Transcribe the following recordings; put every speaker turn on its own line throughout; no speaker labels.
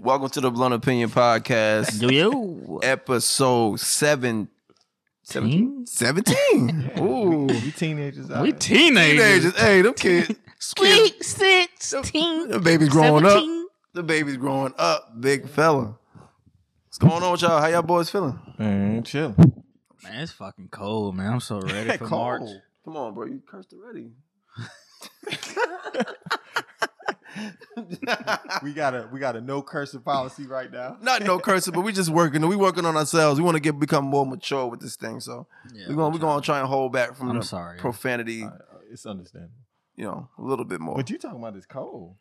Welcome to the Blunt Opinion Podcast,
Yo, yo.
episode seven,
Seventeen?
17. Ooh.
We teenagers. all
We
right.
teenagers.
Teenagers. Hey, them kids. kids
sixteen.
the baby's growing up. The baby's growing up. Big fella. What's going on with y'all? How y'all boys feeling?
Man, chill.
Man, it's fucking cold, man. I'm so ready for March.
Come on, bro. You cursed already.
We got a we got a no cursive policy right now.
Not no cursing, but we just working. We working on ourselves. We want to get become more mature with this thing. So
Yeah,
we're gonna we're gonna try and hold back from
I'm
the
sorry,
profanity,
Uh, It's understandable.
you know, a little bit more.
But you talking about this cold?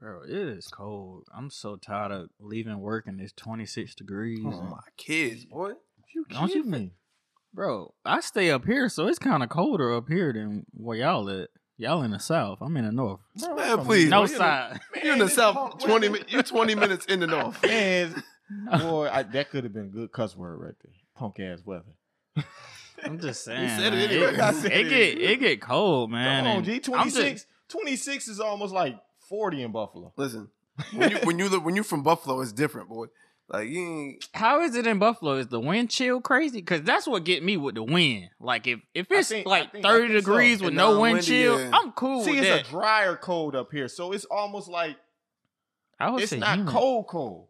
bro. It is cold. I'm so tired of leaving work and it's 26 degrees.
Oh,
and-
my kids, boy.
You
Don't
kidding
you
me?
Bro, I stay up here, so it's kind of colder up here than where y'all at. Y'all in the south. I'm in the north.
Bro,
Man,
I'm from
please.
the
No
No
north.
side.
you in the
this
south.
punk-
Twenty. mi- You twenty minutes in the north.
Man, boy, I, that could have been a good cuss word right there. Punk ass weather.
I'm just saying.
said it
man.
anyway.
I
It,
said
it
it
get
anyway.
it get cold, man.
Come on,
and
G.
I'm just-
26, 26 is almost like 40 in Buffalo.
Listen, when you when you li- when you from Buffalo, it's different, boy. Like you ain't
How is it in Buffalo? Is the wind chill crazy? Because that's what get me with the wind. Like if if
I
it's
think- I
like
think- I
thirty
think so. uh,
degrees with
And
no
not
wind
windy,
chill,
yeah.
I'm cool
See,
with
it's
that.
a drier cold up here, so it's almost like
I would
it's
say
not
humid.
cold cold.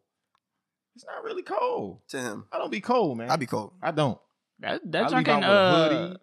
It's not really cold.
to him.
I don't be cold, man.
I be cold.
I don't.
That that
I
junk
leave
in
out with a
uh
hoodie.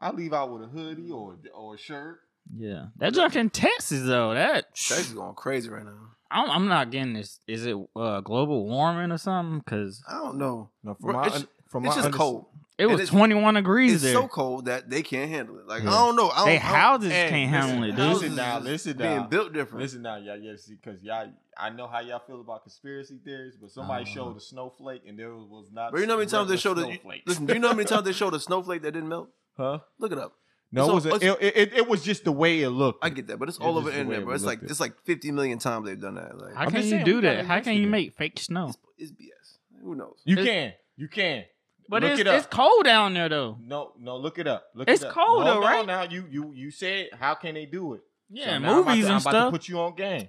I leave out with a hoodie or or a shirt.
yeah that junk in Texas though that
Texas is going crazy right now.
I'm, I'm not getting this. Is it uh global warming or something? Because
I don't know.
No,
Bro, my it's- un-
from
It's just cold.
it was
is-
21 degrees
It's
there.
so cold that they can't handle it. Like
Yeah.
I don't know. I don't,
They
I don't-
houses
hey,
can't handle it, dude.
houses-
is
now,
just
listen
being
now.
built different.
Listen now, y'all, yeah, see, because y'all, I know how y'all feel about conspiracy theories, but somebody
Uh-huh.
showed a snowflake and there was, was not.
Bro, you know how many times they showed the
regular snowflake.
listen. Do you know how many times they showed a snowflake that didn't melt?
Huh?
Look it up.
No,
So,
it, was a,
it's-
it, it, it was just the way it looked.
I get that, but it's
It's
all
just
over
the
the
way
internet,
it
bro. It's like
looked it.
it's like fifty million times they've done that.
How
Like
I'm
can
just
you
saying,
do
we got
that?
it
How can you
yesterday.
make fake snow?
it's, it's BS. Who knows?
you
it's-
can, you can.
But
look
it's
it up.
it's cold down there though.
No, no, look it up. Look
It's
it up.
cold
no,
though,
no,
right?
Now you you you said how can they do it? So
Yeah,
now I'm about
movies
to-
and
I'm
stuff.
about to put you on game.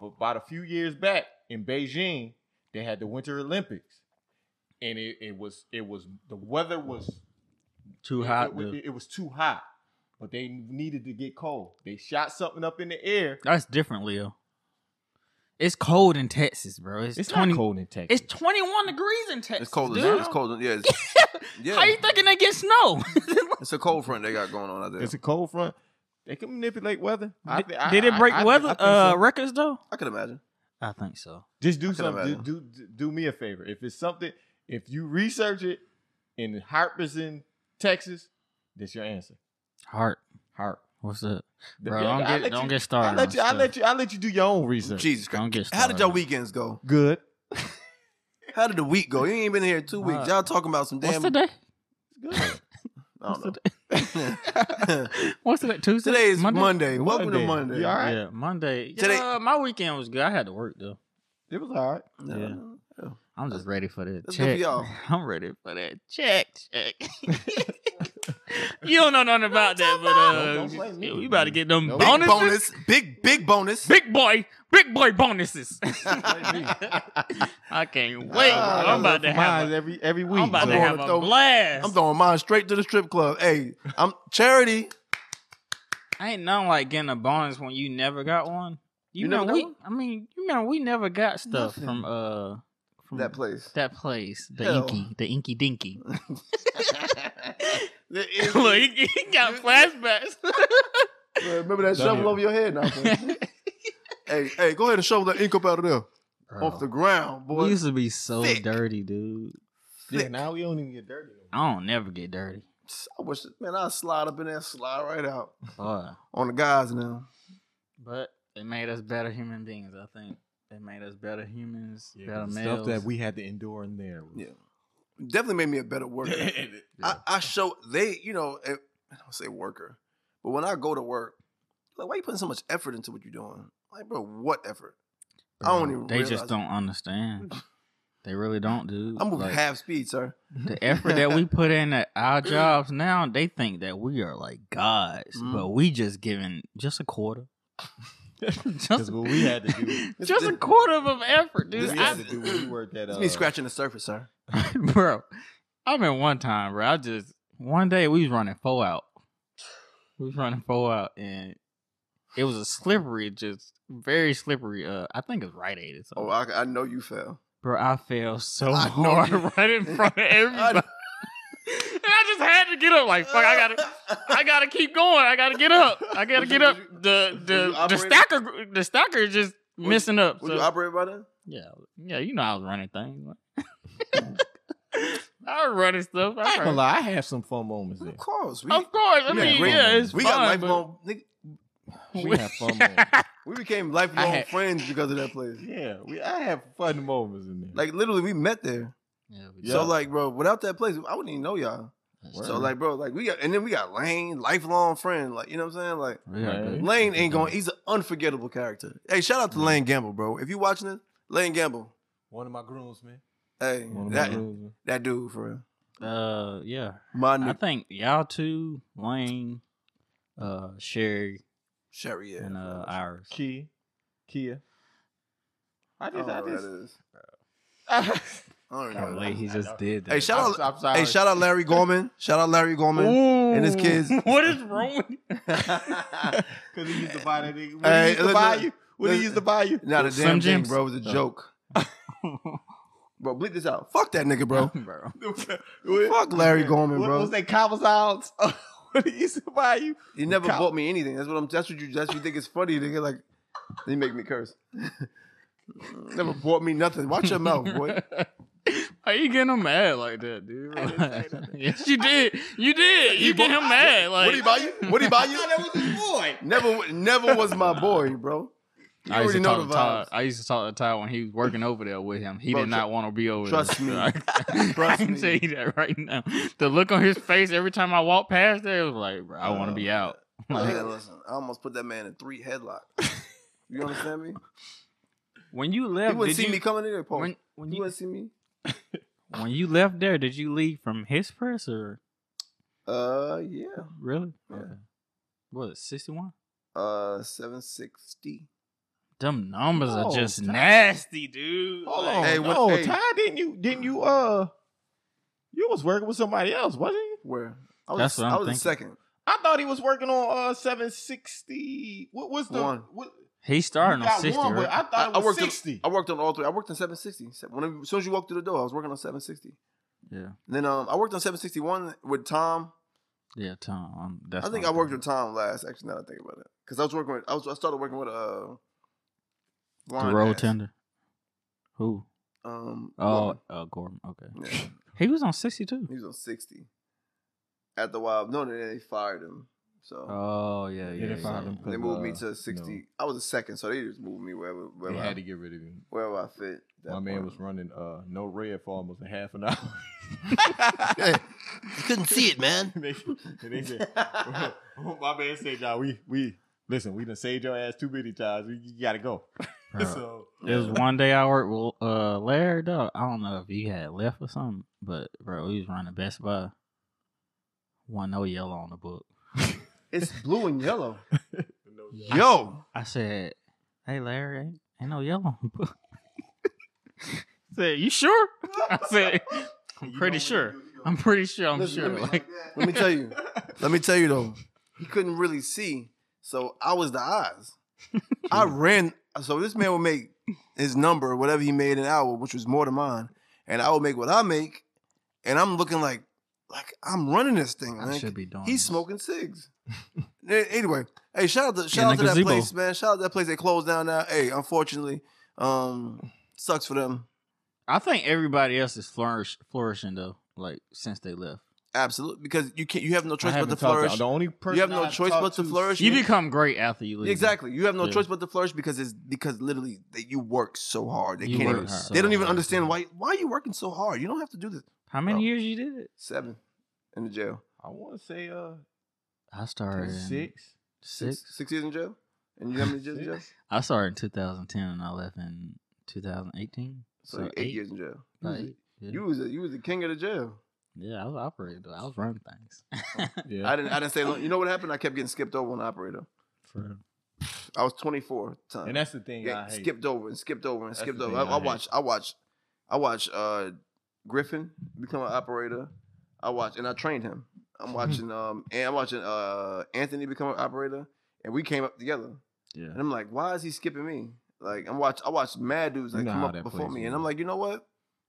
But about a few years back in Beijing, they had the Winter Olympics, and it, it was it was the weather was
Too
it-
hot.
It,
dude.
was- it was too hot, but they needed to get cold. They shot something up in the air.
That's different, Leo. It's cold in Texas, bro. It's,
It's
20,
not cold in Texas.
It's 21 degrees in Texas.
It's cold.
dude.
as It's cold. Yeah, it's, yeah.
How you thinking they get snow?
it's a cold front they got going on out there.
It's a cold front. They can manipulate weather. I thi- I-
Did it
I-
break
I- I
weather
think so.
uh, records though?
I can imagine.
I think so.
Just do
I can
something.
imagine.
Do, do do me a favor. If it's something, if you research it in Harperson, Texas, that's your answer.
Heart,
Harp.
what's up,
The-
bro?
yeah,
Don't
I'll
get
let
don't
you-
get started.
I let you.
on
I
stuff.
let you. I let you do your own research.
Jesus Christ.
Don't get started.
How did y'all weekends go?
Good.
How did the week go? You ain't been here two
Uh,
weeks. Y'all talking about some
What's
damn.
today?
Good.
I don't know.
What's today? Tuesday.
Today is Monday.
Monday.
Welcome to
Monday.
Monday.
You all right?
Yeah, Monday.
Today-
Yeah, my weekend was good. I had to work though.
It was all right.
No,
Yeah.
no.
I'm just ready for that
That's good for
check.
y'all.
I'm ready for that check. Check. you don't know nothing about that, but uh,
Don't- don't blame me.
we about to get them
No.
Big
bonuses.
bonus. Big, big bonus.
Big boy, big boy bonuses. I can't wait.
Ah,
bro. I'm about to have.
mine
A,
every every week.
I'm about to
I'm
have
gonna
a
throw-
blast.
I'm throwing mine straight to the strip club. Hey, I'm charity.
I ain't nothing like getting a bonus when you never got one. You,
You
know
never got
we.
one?
I mean, you know we never got stuff
Nothing.
from uh from
Mm.
That place.
that place, the
Hell.
Inky, the Inky Dinky.
The-
Look, he, he got flashbacks.
Remember that shovel over your head now. boy. hey, hey, go ahead and shovel that ink up out of there off the ground, boy.
we used to be so
Thick.
dirty, dude.
Yeah, now we don't even get dirty. no more.
I don't never get dirty.
I wish, man, I'd slide up in there, slide right out
Boy.
on the guys now.
But it made us better human beings. I think it made us better humans,
Yeah,
better
'cause the
males.
stuff that we had to endure in there. was-
Yeah. Definitely made me a better worker. I, I show they, you know, eh, I don't say worker, but when I go to work, like, why you putting so much effort into what you're doing? Like, bro, what effort? I don't even
They
realize
just
it.
don't understand. They really don't, dude.
I'm moving
Like,
half speed, sir.
the effort that we put in at our jobs now, they think that we are like gods,
Mm.
but we just giving just a quarter, just,
Because what we had to do,
This-
just a
this-
quarter of an effort, dude.
this-
we
I-
had to do when we worked at.
It's
Uh,
me scratching the surface, sir.
bro. I mean, one time, bro. I just one day we was running four out. We was running four out, and it was a slippery, just very slippery. Uh, I think it was right Aid or something.
Oh, I, I know you fell.
bro, I fell so
I know
hard
you-
right in front of everybody, and I just had to get up. Like, fuck, I gotta. I gotta keep going. I gotta get up. I gotta
Was
get
you-
up.
was you-
The
you
the the
operating?
stacker the stacker is just
Was-
missing up.
Would
so-
you operate by then?
yeah, yeah, you know I was running things. I was running stuff. I
I ain't gonna
ran-
lie, I had some fun moments there.
Of course. We,
Of course, I
we
mean,
got great-
yeah, it's
we
fun,
got
but-
lifelong. nigga,
We had fun moments.
We became lifelong
had-
friends because of that place.
Yeah, we I had fun moments in there.
Like literally, we met there.
Yeah, we
Yeah.
So like, bro, without that place, I wouldn't even know y'all.
got-
So like, bro, like we got, and then we got Lane, lifelong friend. Like you know what I'm saying? Like
we got
Man.
good-
Lane ain't going. He's an unforgettable character. Hey, shout out to Lane Gamble, bro. If you watching this, Lane Gamble.
one of my grooms, man.
Hey,
One of my
that,
grooms. Man.
that dude for real.
Uh, yeah,
My
I
nigga
think y'all two, Lane, uh, Sherry,
Sherry. Yeah,
and
I
uh,
forgot
Iris.
Kia, Kia. I
about you.
just,
I
I
don't know who that
just.
is.
I
I don't
Oh,
know.
wait, he just did that.
Hey, shout out.
I'm sorry.
Hey, shout out Larry Gorman. Shout out Larry Gorman. and his kids.
what is wrong with
Because he used to buy that nigga. What
Hey,
he used to
listen-
buy you? What he
listen-
used to buy you?
Not a
Slim
damn thing,
Jims.
bro. It was a
Oh.
joke. Bro, bleep this out. Fuck that nigga,
bro?
bro.
bro.
Fuck Larry Gorman,
what,
bro.
What was that Cobble's out? what he used to buy you?
He never
Cop.
bought me anything. That's what I'm. That's what you. That's what you think is funny. They get like, they make me curse. never bought me nothing. Watch your mouth, boy.
Why you getting him mad like that, dude?
I didn't say nothing.
yes, you did. You did.
He
You get
bought-
him mad. Like
what he buy you? What he buy you?
No, that was his boy.
Never, never was my boy, bro. You
I used
already
to
know
talk to
the
Todd.
vibes.
I used to talk to Todd when he was working over there with him. He
Bro,
did
tr-
not want to be over
trust
there.
me.
I,
Trust
I can
me.
tell you that right now. The look on his face every time I walk past there it was like, bro, I want to be
Uh,
out. Like,
Hey, listen, I almost put that man in three headlock. You understand me?
when you
He
left,
wouldn't
did
see
you,
me coming in there, Paul.
when,
He
when you
wouldn't see me.
when you left there, did you leave from his press or
Uh, yeah.
really?
Yeah.
Okay. What was it sixty one?
Uh, seven sixty.
Them numbers
No,
are just
Todd.
nasty, dude.
Hold
Like,
on.
Hey, what-
no,
hey.
Ty, didn't you? Didn't you? Uh, you was working with somebody else, wasn't you?
Where? I was.
That's what I'm
I was in
thinking.
second.
I thought he was working on uh 760. What was the
One.
What,
He starting
you
on
got
sixty.
one,
right?
but I
I,
thought
I
it was
worked.
60.
On, I worked on all three. I worked on seven sixty. When as soon as you walked through the door, I was working on seven sixty.
yeah,
And then um, I worked on 761 with Tom.
yeah, Tom. um, that's
I think
what
I
I'm
worked
thinking.
with Tom last. Actually, now that I think about it, because I was working with I was I started working with uh,
the
blind
road
ass.
tender. Who?
Um,
Oh,
Gorman.
uh, Gordon. Okay.
yeah,
He was on 62.
he was on 60. At the wild, no, they they fired him. So
Oh, yeah,
They
yeah.
didn't find
yeah.
him.
they moved me
uh,
to 60. I was a second, so they just moved me wherever
They
wherever, I,
had to get rid of him.
wherever I fit. at that
My man
point.
was running uh no red for almost a half an hour.
You couldn't see it, man.
and they, and they said, my man said, y'all, we we listen, we done saved your ass too many times. We, you gotta go.
Bro,
so
There was one day I worked with uh, Larry, dog. I don't know if he had left or something, but, bro, he was running Best Buy. One no yellow on the book.
It's blue and yellow.
No, yeah.
Yo,
I said, hey, Larry, ain't, ain't no yellow on the book. said, you sure? I said, I'm
You
pretty
know
sure.
when you-
I'm pretty sure. I'm
Listen,
sure.
let me-
Like,
let me tell you. Let me tell you though, he couldn't really see, so I was the eyes. I ran. So this man would make his number, whatever he made an hour, which was more than mine, and I would make what I make, and I'm looking like, like I'm running this thing.
I
Like,
should be doing
he's
this.
smoking cigs. A- anyway, hey, shout out to
In
shout out
the
to that
gazebo.
place, man. Shout out to that place. They closed down now. Hey, unfortunately, um, sucks for them.
I think everybody else is flourish, flourishing, though, like, since they left.
Absolutely, because you can't. You have no
I
choice but
haven't
to
talked
flourish.
the only person
have no
I've
choice
talked
but to flourish.
You become great after you leave.
Exactly. You have no
Yeah.
choice but to flourish because it's because literally they, you work so hard. They
You
can't
work
even,
hard.
they don't even
so
understand why
hard.
why are you working so hard? You don't have to do this.
How many
Bro.
years you did it?
Seven in the jail.
I want to say uh
I started in six.
six.
Six six years in jail? And you know how many years in jail?
Six.
I started in 2010 and I left in 2018.
So, you're eight, years in jail. You
about
was-
eight. Yeah.
You was a, you was the king of the jail.
yeah, I was operating. though. I was running things.
Yeah,
I didn't I didn't say long. you know what happened? I kept getting skipped over on the operator. I was 24 at the time.
And that's the thing
yeah,
I hate.
skipped over and skipped over and
That's
skipped
the
over. I,
thing I
I watch, I watch, I watch uh, Griffin become an operator. I watch, and I trained him. I'm watching, um, and I'm watching uh, Anthony become an operator, and we came up together.
Yeah.
And I'm like, why is he skipping me? Like, I'm watch, I watch mad dudes
You
that
know
come
how
up
that
before
plays
me,
in
and I'm
you.
like, you know what?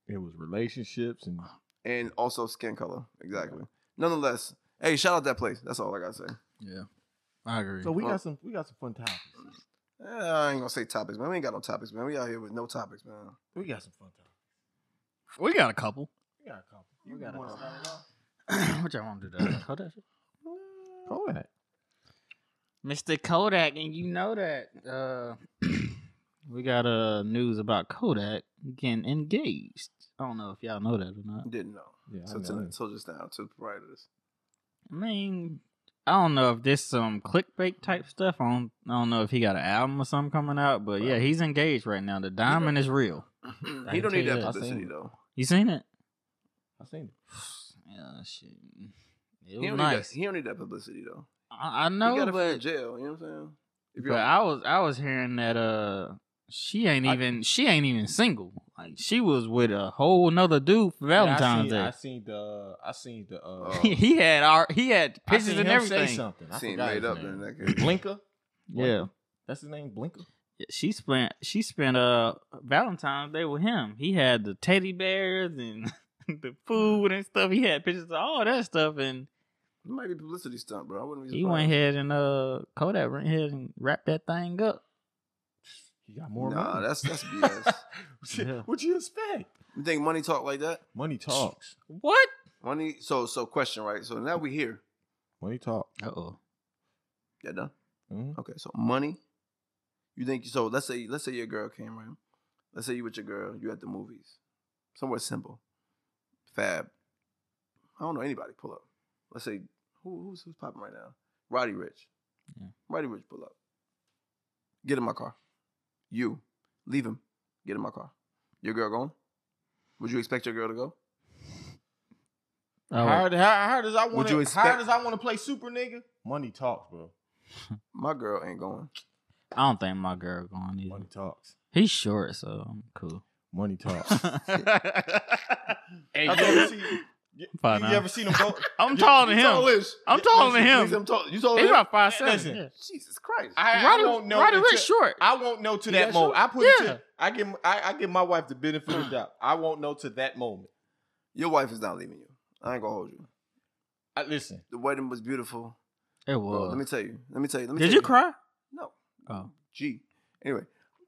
It was relationships and
And also skin color, exactly. Nonetheless, hey, shout out that place. That's all I gotta say.
Yeah. I agree.
so we
Well-
got some we got some fun topics.
Eh, I ain't gonna say topics, man. We ain't got no topics, man. We out here with no topics, man.
We got some fun topics.
we got a couple.
We got a couple.
We
You
got a
wanna
couple.
start it off?
what y'all want to do? That? Kodak. shit? Mr. Kodak, and you know that. Uh, we got uh, news about Kodak getting engaged. I don't know if y'all know that or not.
Didn't know.
Yeah,
So,
I know.
to, so just now, to the proprietors.
I mean, I don't know if this some clickbait type stuff. I don't, I don't know if he got an album or something coming out, but yeah, he's engaged right now. The diamond is real.
Mm-hmm. he don't need
can tell
that
you that. I
publicity
seen it.
though.
You seen it?
I seen it.
Yeah, shit. It
He
was
don't,
nice.
need that, he don't need that publicity though.
I, I
he got
know,
it from the
but
jail. You know what I'm saying? If
but I was I was hearing that uh she ain't
I-
even she ain't even single. Like she was with a whole nother dude for
Yeah,
Valentine's
I seen, I
Day.
seen the I seen the uh
Oh.
I
he had our he had pictures
seen
and
him say
everything.
something. I
seen
forgot
made
his
up
name.
in that case.
Blinker.
Yeah.
That's his name, Blinker.
Yeah, she spent she spent uh Valentine's Day with him. He had the teddy bears and the food and stuff. He had pictures of all that stuff, and
It might be publicity stunt, bro. I wouldn't be
he went
surprised.
ahead and uh Kodak went ahead and wrapped that thing up.
He got more
Nah,
money.
that's that's BS.
Shit,
Yeah.
What you expect?
you think money talk like that?
Money talks.
What?
Money. So so question right. So now we here.
Money talk.
Uh oh.
That done.
Mhm.
Okay. So money. You think so? Let's say let's say your girl came around. Let's say you with your girl. You at the movies. Somewhere simple. Fab. I don't know anybody. Pull up. Let's say who, who's who's popping right now? Roddy Rich.
Yeah.
Roddy Rich, pull up. Get in my car. You leave him. Get in my car. Your girl going? Would you expect your girl to go?
How, how, how does I
Would
want
you
to? How
expect-
does I want to play super nigga? Money talks, bro.
My girl ain't going.
I don't think my girl going either.
Money talks.
He's short, so I'm cool.
Money talks.
hey,
Have you ever seen? You,
Fine,
you
nah.
ever seen him go?
I'm taller than
You
him.
tallish.
I'm taller than
Lisa,
him.
Lisa, I'm tall- You taller
He's
than him?
about five
Hey, listen.
seven. Yeah.
Jesus Christ.
I, I
Roddy,
won't know.
Roddy
until-
Rich short.
I won't know to
You
that
that
moment. I put it
Yeah.
to, I give I, I give my wife the benefit of the doubt. I won't know to that moment.
Your wife is not leaving you. I ain't gonna hold you.
I, listen,
The wedding was beautiful.
It
Bro,
was.
let me tell you. Let me tell you. Let me
Uh, Did
tell
you cry?
No.
Oh,
Gee. Anyway,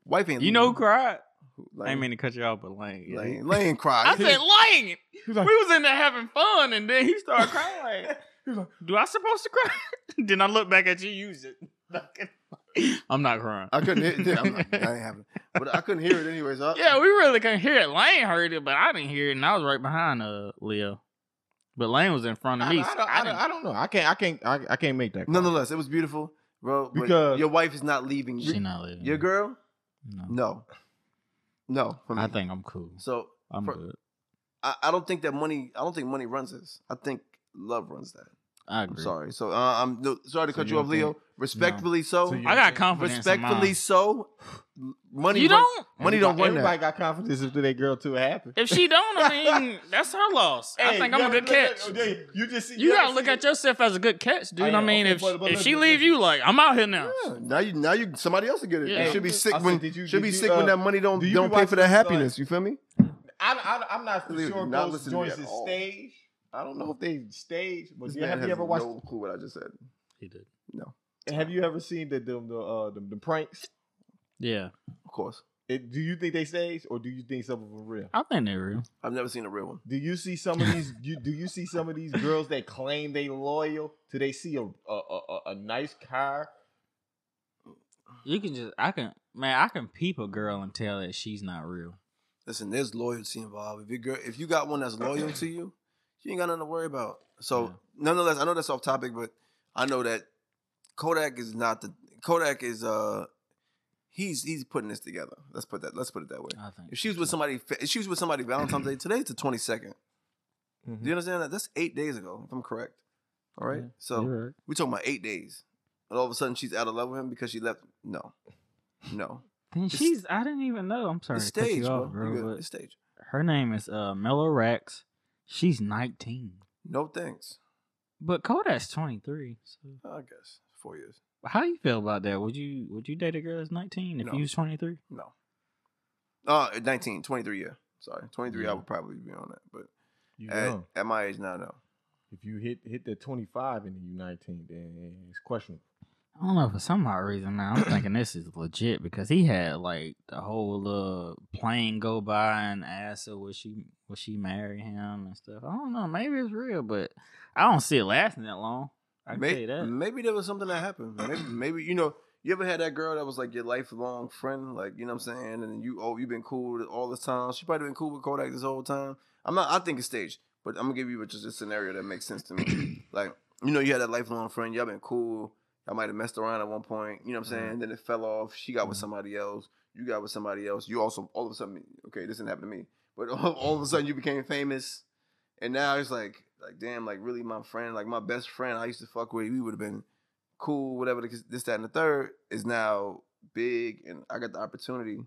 wife ain't.
you know who
leaving
cried?
you.
I
Lane,
ain't mean to cut you off, but Lane. yeah, he-
Lane, Lane cried.
I said lying.
he was like,
We was in there having fun, and then he started crying. Like,
he was like,
do I supposed to cry? then I look back at you, use it. I'm not crying.
I couldn't. Hear, yeah, I'm not, I ain't having it. But I couldn't hear it anyways. I,
Yeah, we really couldn't hear it. Lane heard it, but I didn't hear it, and I was right behind uh Leo. But Lane was in front of
I,
me.
I,
so
don't, I, don't, I don't know. I can't. I can't. I, I can't make that. call.
Nonetheless, it was beautiful, bro. but
Because-
your wife is not leaving
She
you.
not living.
Your girl?
No,
No. No. for me.
I think I'm cool.
so.
I'm
for-
good.
I, I don't think that money. I don't think money runs this. I think love runs that.
I
I'm
agree.
sorry. So uh, I'm no, sorry to
So
cut
you
you off,
don't
Leo. Respectfully so.
So you-
I got confidence. in
respectfully
mine.
so. Money.
you
run-
don't.
Money don't
Everybody-
run
Everybody
that.
got confidence if they girl too happy.
If she don't, I mean, that's her loss. I
Hey,
think
you
I'm a
ever
good
look at-
catch.
okay, You just see-
You
ever
gotta look
see-
at yourself as a good catch, dude.
I
I,
am.
mean,
Okay,
if
but- but
if she
listen,
leave you, like I'm out here now.
Yeah, now you, now you, somebody else will get it.
Yeah.
You should be sick
I said,
when,
did you-
should
did
be
you,
sick
uh,
when that money don't
do you be
don't pay for that
watching this, uh,
happiness. You feel me?
I, I, I'm not for
Literally
sure if
not
those
listening to me
joints
at
is
all.
stage. I don't know if they stage, but
This
yeah,
man
have
has
you ever watched?
no clue what I just said.
He did.
Have you ever seen the the the, uh, the, the pranks?
Yeah,
Of course,
It, do you think they staged, or do you think some of them real?
I think they real.
I've never seen a real one.
Do you see some of these? You, do you see some of these girls that claim they loyal? Do they see a a, a, a- a nice car?
You can just, I can, man, I can peep a girl and tell that she's not real.
Listen, there's loyalty involved. If you girl, if you got one that's loyal to you, you ain't got nothing to worry about. So,
Yeah.
nonetheless, I know that's off topic, but I know that Kodak is not the Kodak is uh he's he's putting this together. Let's put that let's put it that way.
I think
If she was with somebody, if she was with somebody Valentine's Day today's the twenty second.
Mm-hmm.
Do you understand that? That's eight days ago, if I'm correct. All right,
Yeah.
so we talking about eight days. and all of a sudden she's out of love with him because she left. No, no.
And she's I didn't even know. I'm sorry
It's
to cut
stage,
you
bro.
off,
You good.
bro.
It's stage.
But her name is uh Mellow Rax. She's 19,
No thanks.
but Kodak's 23. So
I guess four years.
how you feel about that? Would you would you date a girl that's 19 if
No.
you was 23?
No. Uh, 19, 23, yeah. Sorry, 23, I
Yeah.
would probably be on that. But
You
at,
young.
at my age now, no.
If you hit hit the twenty five and then you nineteen, then it's questionable.
I don't know for some odd reason, man. I'm thinking this is legit because he had like the whole little plane go by and asked her would she would she marry him and stuff. I don't know. Maybe it's real, but I don't see it lasting that long. I can tell
May-
you that.
Maybe there was something that happened. Maybe, maybe you know, you ever had that girl that was like your lifelong friend, like you know what I'm saying? And you, oh, you've been cool with all this time. She probably been cool with Kodak this whole time. I'm not. I think it's staged, but I'm gonna give you just a scenario that makes sense to me. like you know, you had that lifelong friend. Y'all been cool. Y'all might have messed around at one point. You know what I'm
Mm-hmm.
saying? Then it fell off. She got with
Mhm.
somebody else. You got with somebody else. You also all of a sudden, okay, this didn't happen to me, but all, all of a sudden you became famous. And now it's like, like damn, like really my friend, like my best friend I used to fuck with, we would have been cool, whatever. the- This, that, and the third is now big, and I got the opportunity,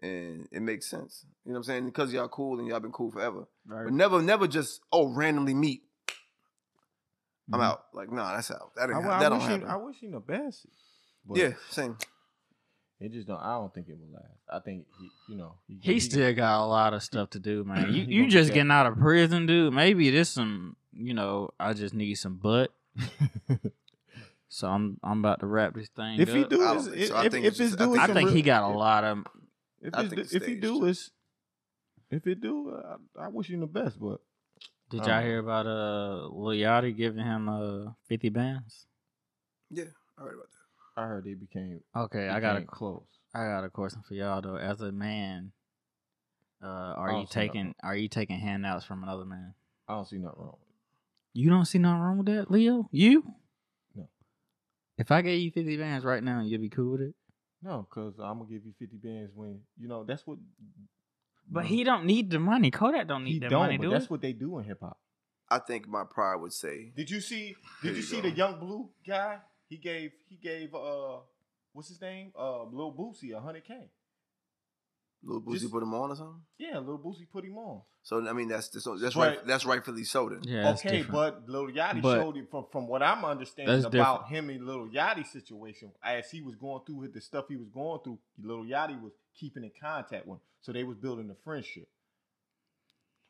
and it makes sense. You know what I'm saying? Because y'all cool and y'all been cool forever.
Right.
But never, never just oh randomly meet. I'm
Mhm.
out. Like nah, that's out. That,
Mm-hmm. I,
ain't,
I
that don't
wish him,
happen.
I wish him the best. But
yeah, same.
It just don't. I don't think it will last. I think he, you know he,
He still got a lot of stuff to do, man. You
He
you
gonna
just
get that.
getting out of prison, dude. Maybe there's some, you know, I just need some butt. so I'm I'm about to wrap this thing
If he
up.
do,
I don't
it's,
think
if,
so. I
if,
think
if
it's
it's
just- I
do,
I
it's a
think
real-
he got a lot of
If,
I
it's
think
do-
it's
if he do,
staged.
it's if it do, uh, I, I wish him the best. But
Did
I
y'all
don't
hear about uh Lil Yachty giving him uh fifty bands?
All right about that.
I heard they became.
Okay, I got a
became close.
I got a question for y'all though. As a man, uh, are
I
you
don't see nothing
taking
wrong.
are you taking handouts from another man?
I don't see nothing wrong. with
You don't see nothing wrong with that, Leo? You?
No.
If I gave you fifty bands right now, you'd be cool with it.
it. No, because I'm gonna give you fifty bands when you know that's what.
But he don't need the money. Kodak don't
he
need the
don't.
money,
but
do
that's
he?
what they do in hip hop.
I think my pride would say
Did you see?
There
Did
you
you see
go.
the young blue guy? He gave he gave uh what's his name uh Lil Boosie a hundred k.
Lil Boosie
Just-
put him on or something.
Yeah, Lil Boosie put him on.
So I mean that's that's, that's
Right.
right. That's rightfully so. Then
yeah, that's
okay,
different.
but Lil Yachty
But-
showed it from from what I'm understanding
That's
about him and Lil Yachty situation. As he was going through with the stuff he was going through, Lil Yachty was keeping in contact with him, so they was building a friendship.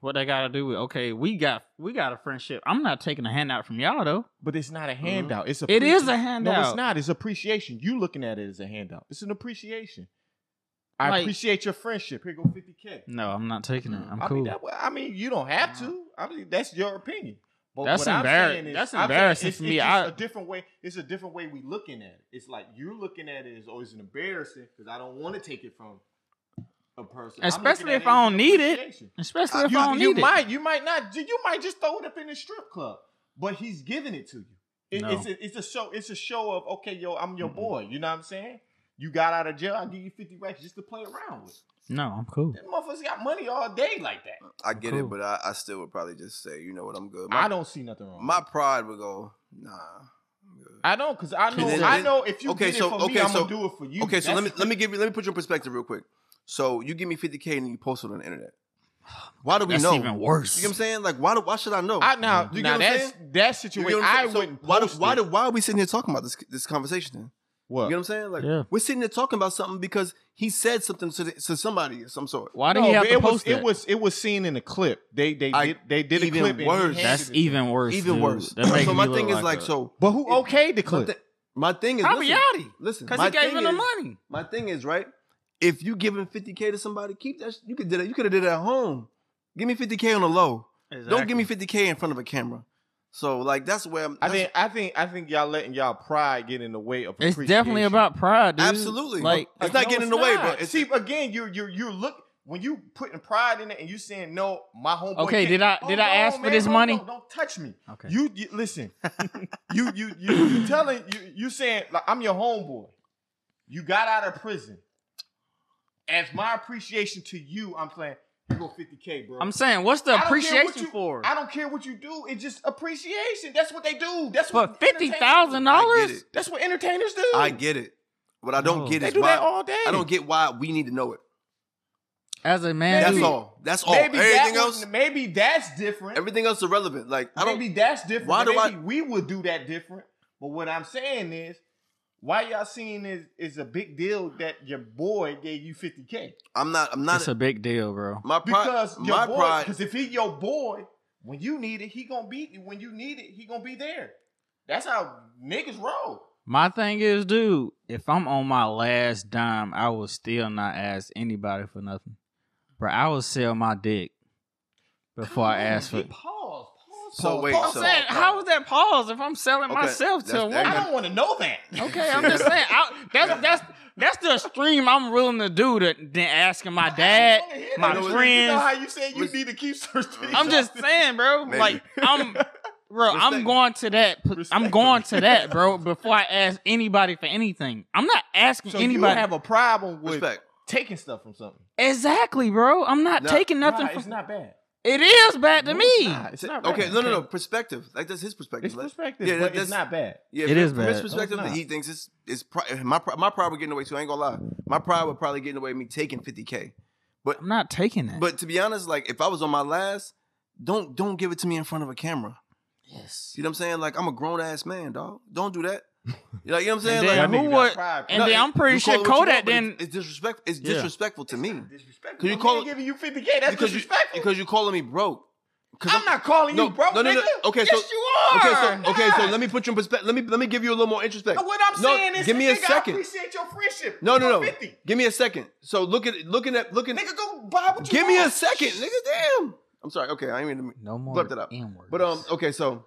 what they gotta do with okay, we got we got a friendship. I'm not taking a handout from y'all though.
But it's not a handout. It's a
Mm-hmm. It is
appreci-
a handout.
No, it's not. It's appreciation. You looking at it as a handout. It's an appreciation. I
Like-
appreciate your friendship. Here go fifty k.
No, I'm not taking it. I'm
I
cool.
mean, that, I mean, you don't have to. I mean, that's your opinion. But
That's
what I'm
embar-
saying is-
that's
I'm saying
embarrassing
it's-
for
it's
me.
just
I-
a different way. It's a different way we looking at it. It's like you're looking at it as always an embarrassing because I don't want to take it from a person, I'm looking
Especially if
at as
I
an
don't need it.
appreciation.
Especially
I-
if
You,
I don't
you
need it.
might, you might not. You might just throw it up in the strip club, but he's giving it to you. It-
No.
It's a, it's a show. It's a show of okay, yo, I'm your
Mm-mm.
boy. You know what I'm saying? You got out of jail. I'll give you fifty racks just to play around with.
No, I'm cool.
That motherfuckers got money all day like that.
I get
Cool.
it, but I, I still would probably just say you know what I'm good.
I
My,
don't see nothing wrong.
my
with
pride would go nah. I'm good.
it. I don't because I know
Then-
I
then-
know if you
okay,
did
so-
it for me,
okay,
I'm
so-
gonna do it for you.
Okay, so let
That's-
me let me give you let me put your perspective real quick. So you give me 50k and you post it on the internet. Why do we
That's
know?
even
You
worse.
know what I'm saying? Like why do, why should I know?
I now
You get
now
what I'm
that's that
Mm-hmm.
situation.
You get what I'm
I
saying? So
wouldn't.
why do,
post
why
it.
do, why are we sitting here talking about this this conversation then?
what?
You know what I'm saying? Like
Yeah.
we're sitting there talking about something because he said something to, the, to somebody of some sort.
Why did
No,
he have
but
to
it was
post
it was it was seen in a clip. They they
I-
did they did a
even
clip. and he
worse.
handed
That's
it to him.
even worse.
Even
dude.
worse.
That makes
so
me
my
look
thing is like
a-
so
But who okayed the
my,
clip?
thi- my thing is
Probably
listen,
Yachty,
listen
because
my
he gave
thing
him the
is-
money.
My thing is right. If you giving 50k to somebody, keep that. sh- You could did that. You could have did it at home. Give me 50k on the low. Don't give me 50k in front of a camera. So like that's where I'm,
I
that's-
think I think I think y'all letting y'all pride get in the way of
It's definitely
appreciation.
about pride, dude.
Absolutely.
Like
It's not
no,
getting in the way,
not.
bro.
And
It's-
see again. You're you're you're look when you putting pride in it and you saying no. My homeboy.
Okay,
can't- Oh,
did I- did I ask for this
hold
money?
on, don't touch me.
Okay.
You, you listen. you you you you telling you you saying like I'm your homeboy. You got out of prison. As my appreciation to you, I'm saying You go 50K, bro.
I'm saying, what's
I
the
don't care what
appreciation
you-
for?
I don't care what you do. It's just appreciation. That's what they do. That's
For
what entertainers do.
fifty thousand
I get
dollars?
it.
That's what entertainers do.
I get it. What I don't
No.
get
they
is
do that
why
all day.
I don't get why we need to know it.
As a man,
That's
you-
all. That's all.
Maybe
Oh, everything
that
else,
Was, maybe that's different.
everything else irrelevant. Like I don't.
maybe that's different.
Why do
maybe we would do that different? But what I'm saying is, why y'all seeing this is a big deal that your boy gave you 50k
I'm not. I'm
That's
not.
a big deal, bro.
my pride.
because your
my
boy.
pride.
Because if he your boy, when you need it, he gonna be when you need it, he gonna be there. That's how niggas roll.
My thing is, dude, if I'm on my last dime, I will still not ask anybody for nothing. Bro, I will sell my dick before I ask for
Pause. Pause. pause
So wait,
I'm
Pause.
so-
saying, how is that pause if I'm selling
Okay,
myself to
that's-
a
that-
woman?
I don't want to know that.
Okay, I'm just saying. I, that's that's that's the stream I'm willing to do to, than asking my dad. my
You know what-
You know
friends-
how you said you
Res-
need to keep searching.
I'm just saying, bro.
Maybe.
Like I'm, bro. I'm
Respect-
going to that. p- I'm
Respectfully.
going to that, bro. Before I ask anybody for anything, I'm not asking
So
anybody.
you have a problem with
respect.
taking stuff from something.
exactly, bro. I'm not
Nah,
taking nothing.
Nah,
from,
it's not bad.
it is bad to
No,
me.
it's not. It's not
Okay,
bad.
no, no, no. Perspective. Like that's his perspective.
It's
Like,
perspective,
Yeah,
but
that- that's-
it's not bad.
Yeah,
It
from-
is
from his
bad.
perspective.
No, it's
he thinks it's it's pri- my pri- my pride would get in the way too. I ain't gonna lie. My pride would probably get in the way of me taking 50k.
I'm not taking that.
But to be honest, like if I was on my last, don't don't give it to me in front of a camera.
yes.
You know what I'm saying? Like I'm a grown ass man, dog. Don't do that. You know, you know what I'm saying?
And then
like,
who would? And
No,
then
it-
I'm pretty
you
sure
call it what you
Kodak
want, but it's-
then.
It's disrespectful. It's
Yeah.
disrespectful to me
disrespectful.
Can you
My
call
man
it-
giving you 50k? That's
because you
disrespectful.
because you're calling me broke. 'Cause
I'm not calling
No,
you broke,
no, no, no.
nigga.
Okay,
yes,
so-
you
Okay,
are.
so okay, so
Nah.
let me put you in perspective. Let me let me give you a little more introspect.
What I'm
No,
saying is,
give me a
nigga, I
second.
appreciate your friendship.
No, no,
You're
no.
50.
Give me a second. So look at looking at looking.
Nigga, go buy what you
Give me a
want.
second, nigga. Damn. I'm sorry. Okay, I ain't mean to.
No more.
Flipped it up.
N-words.
But um, okay, so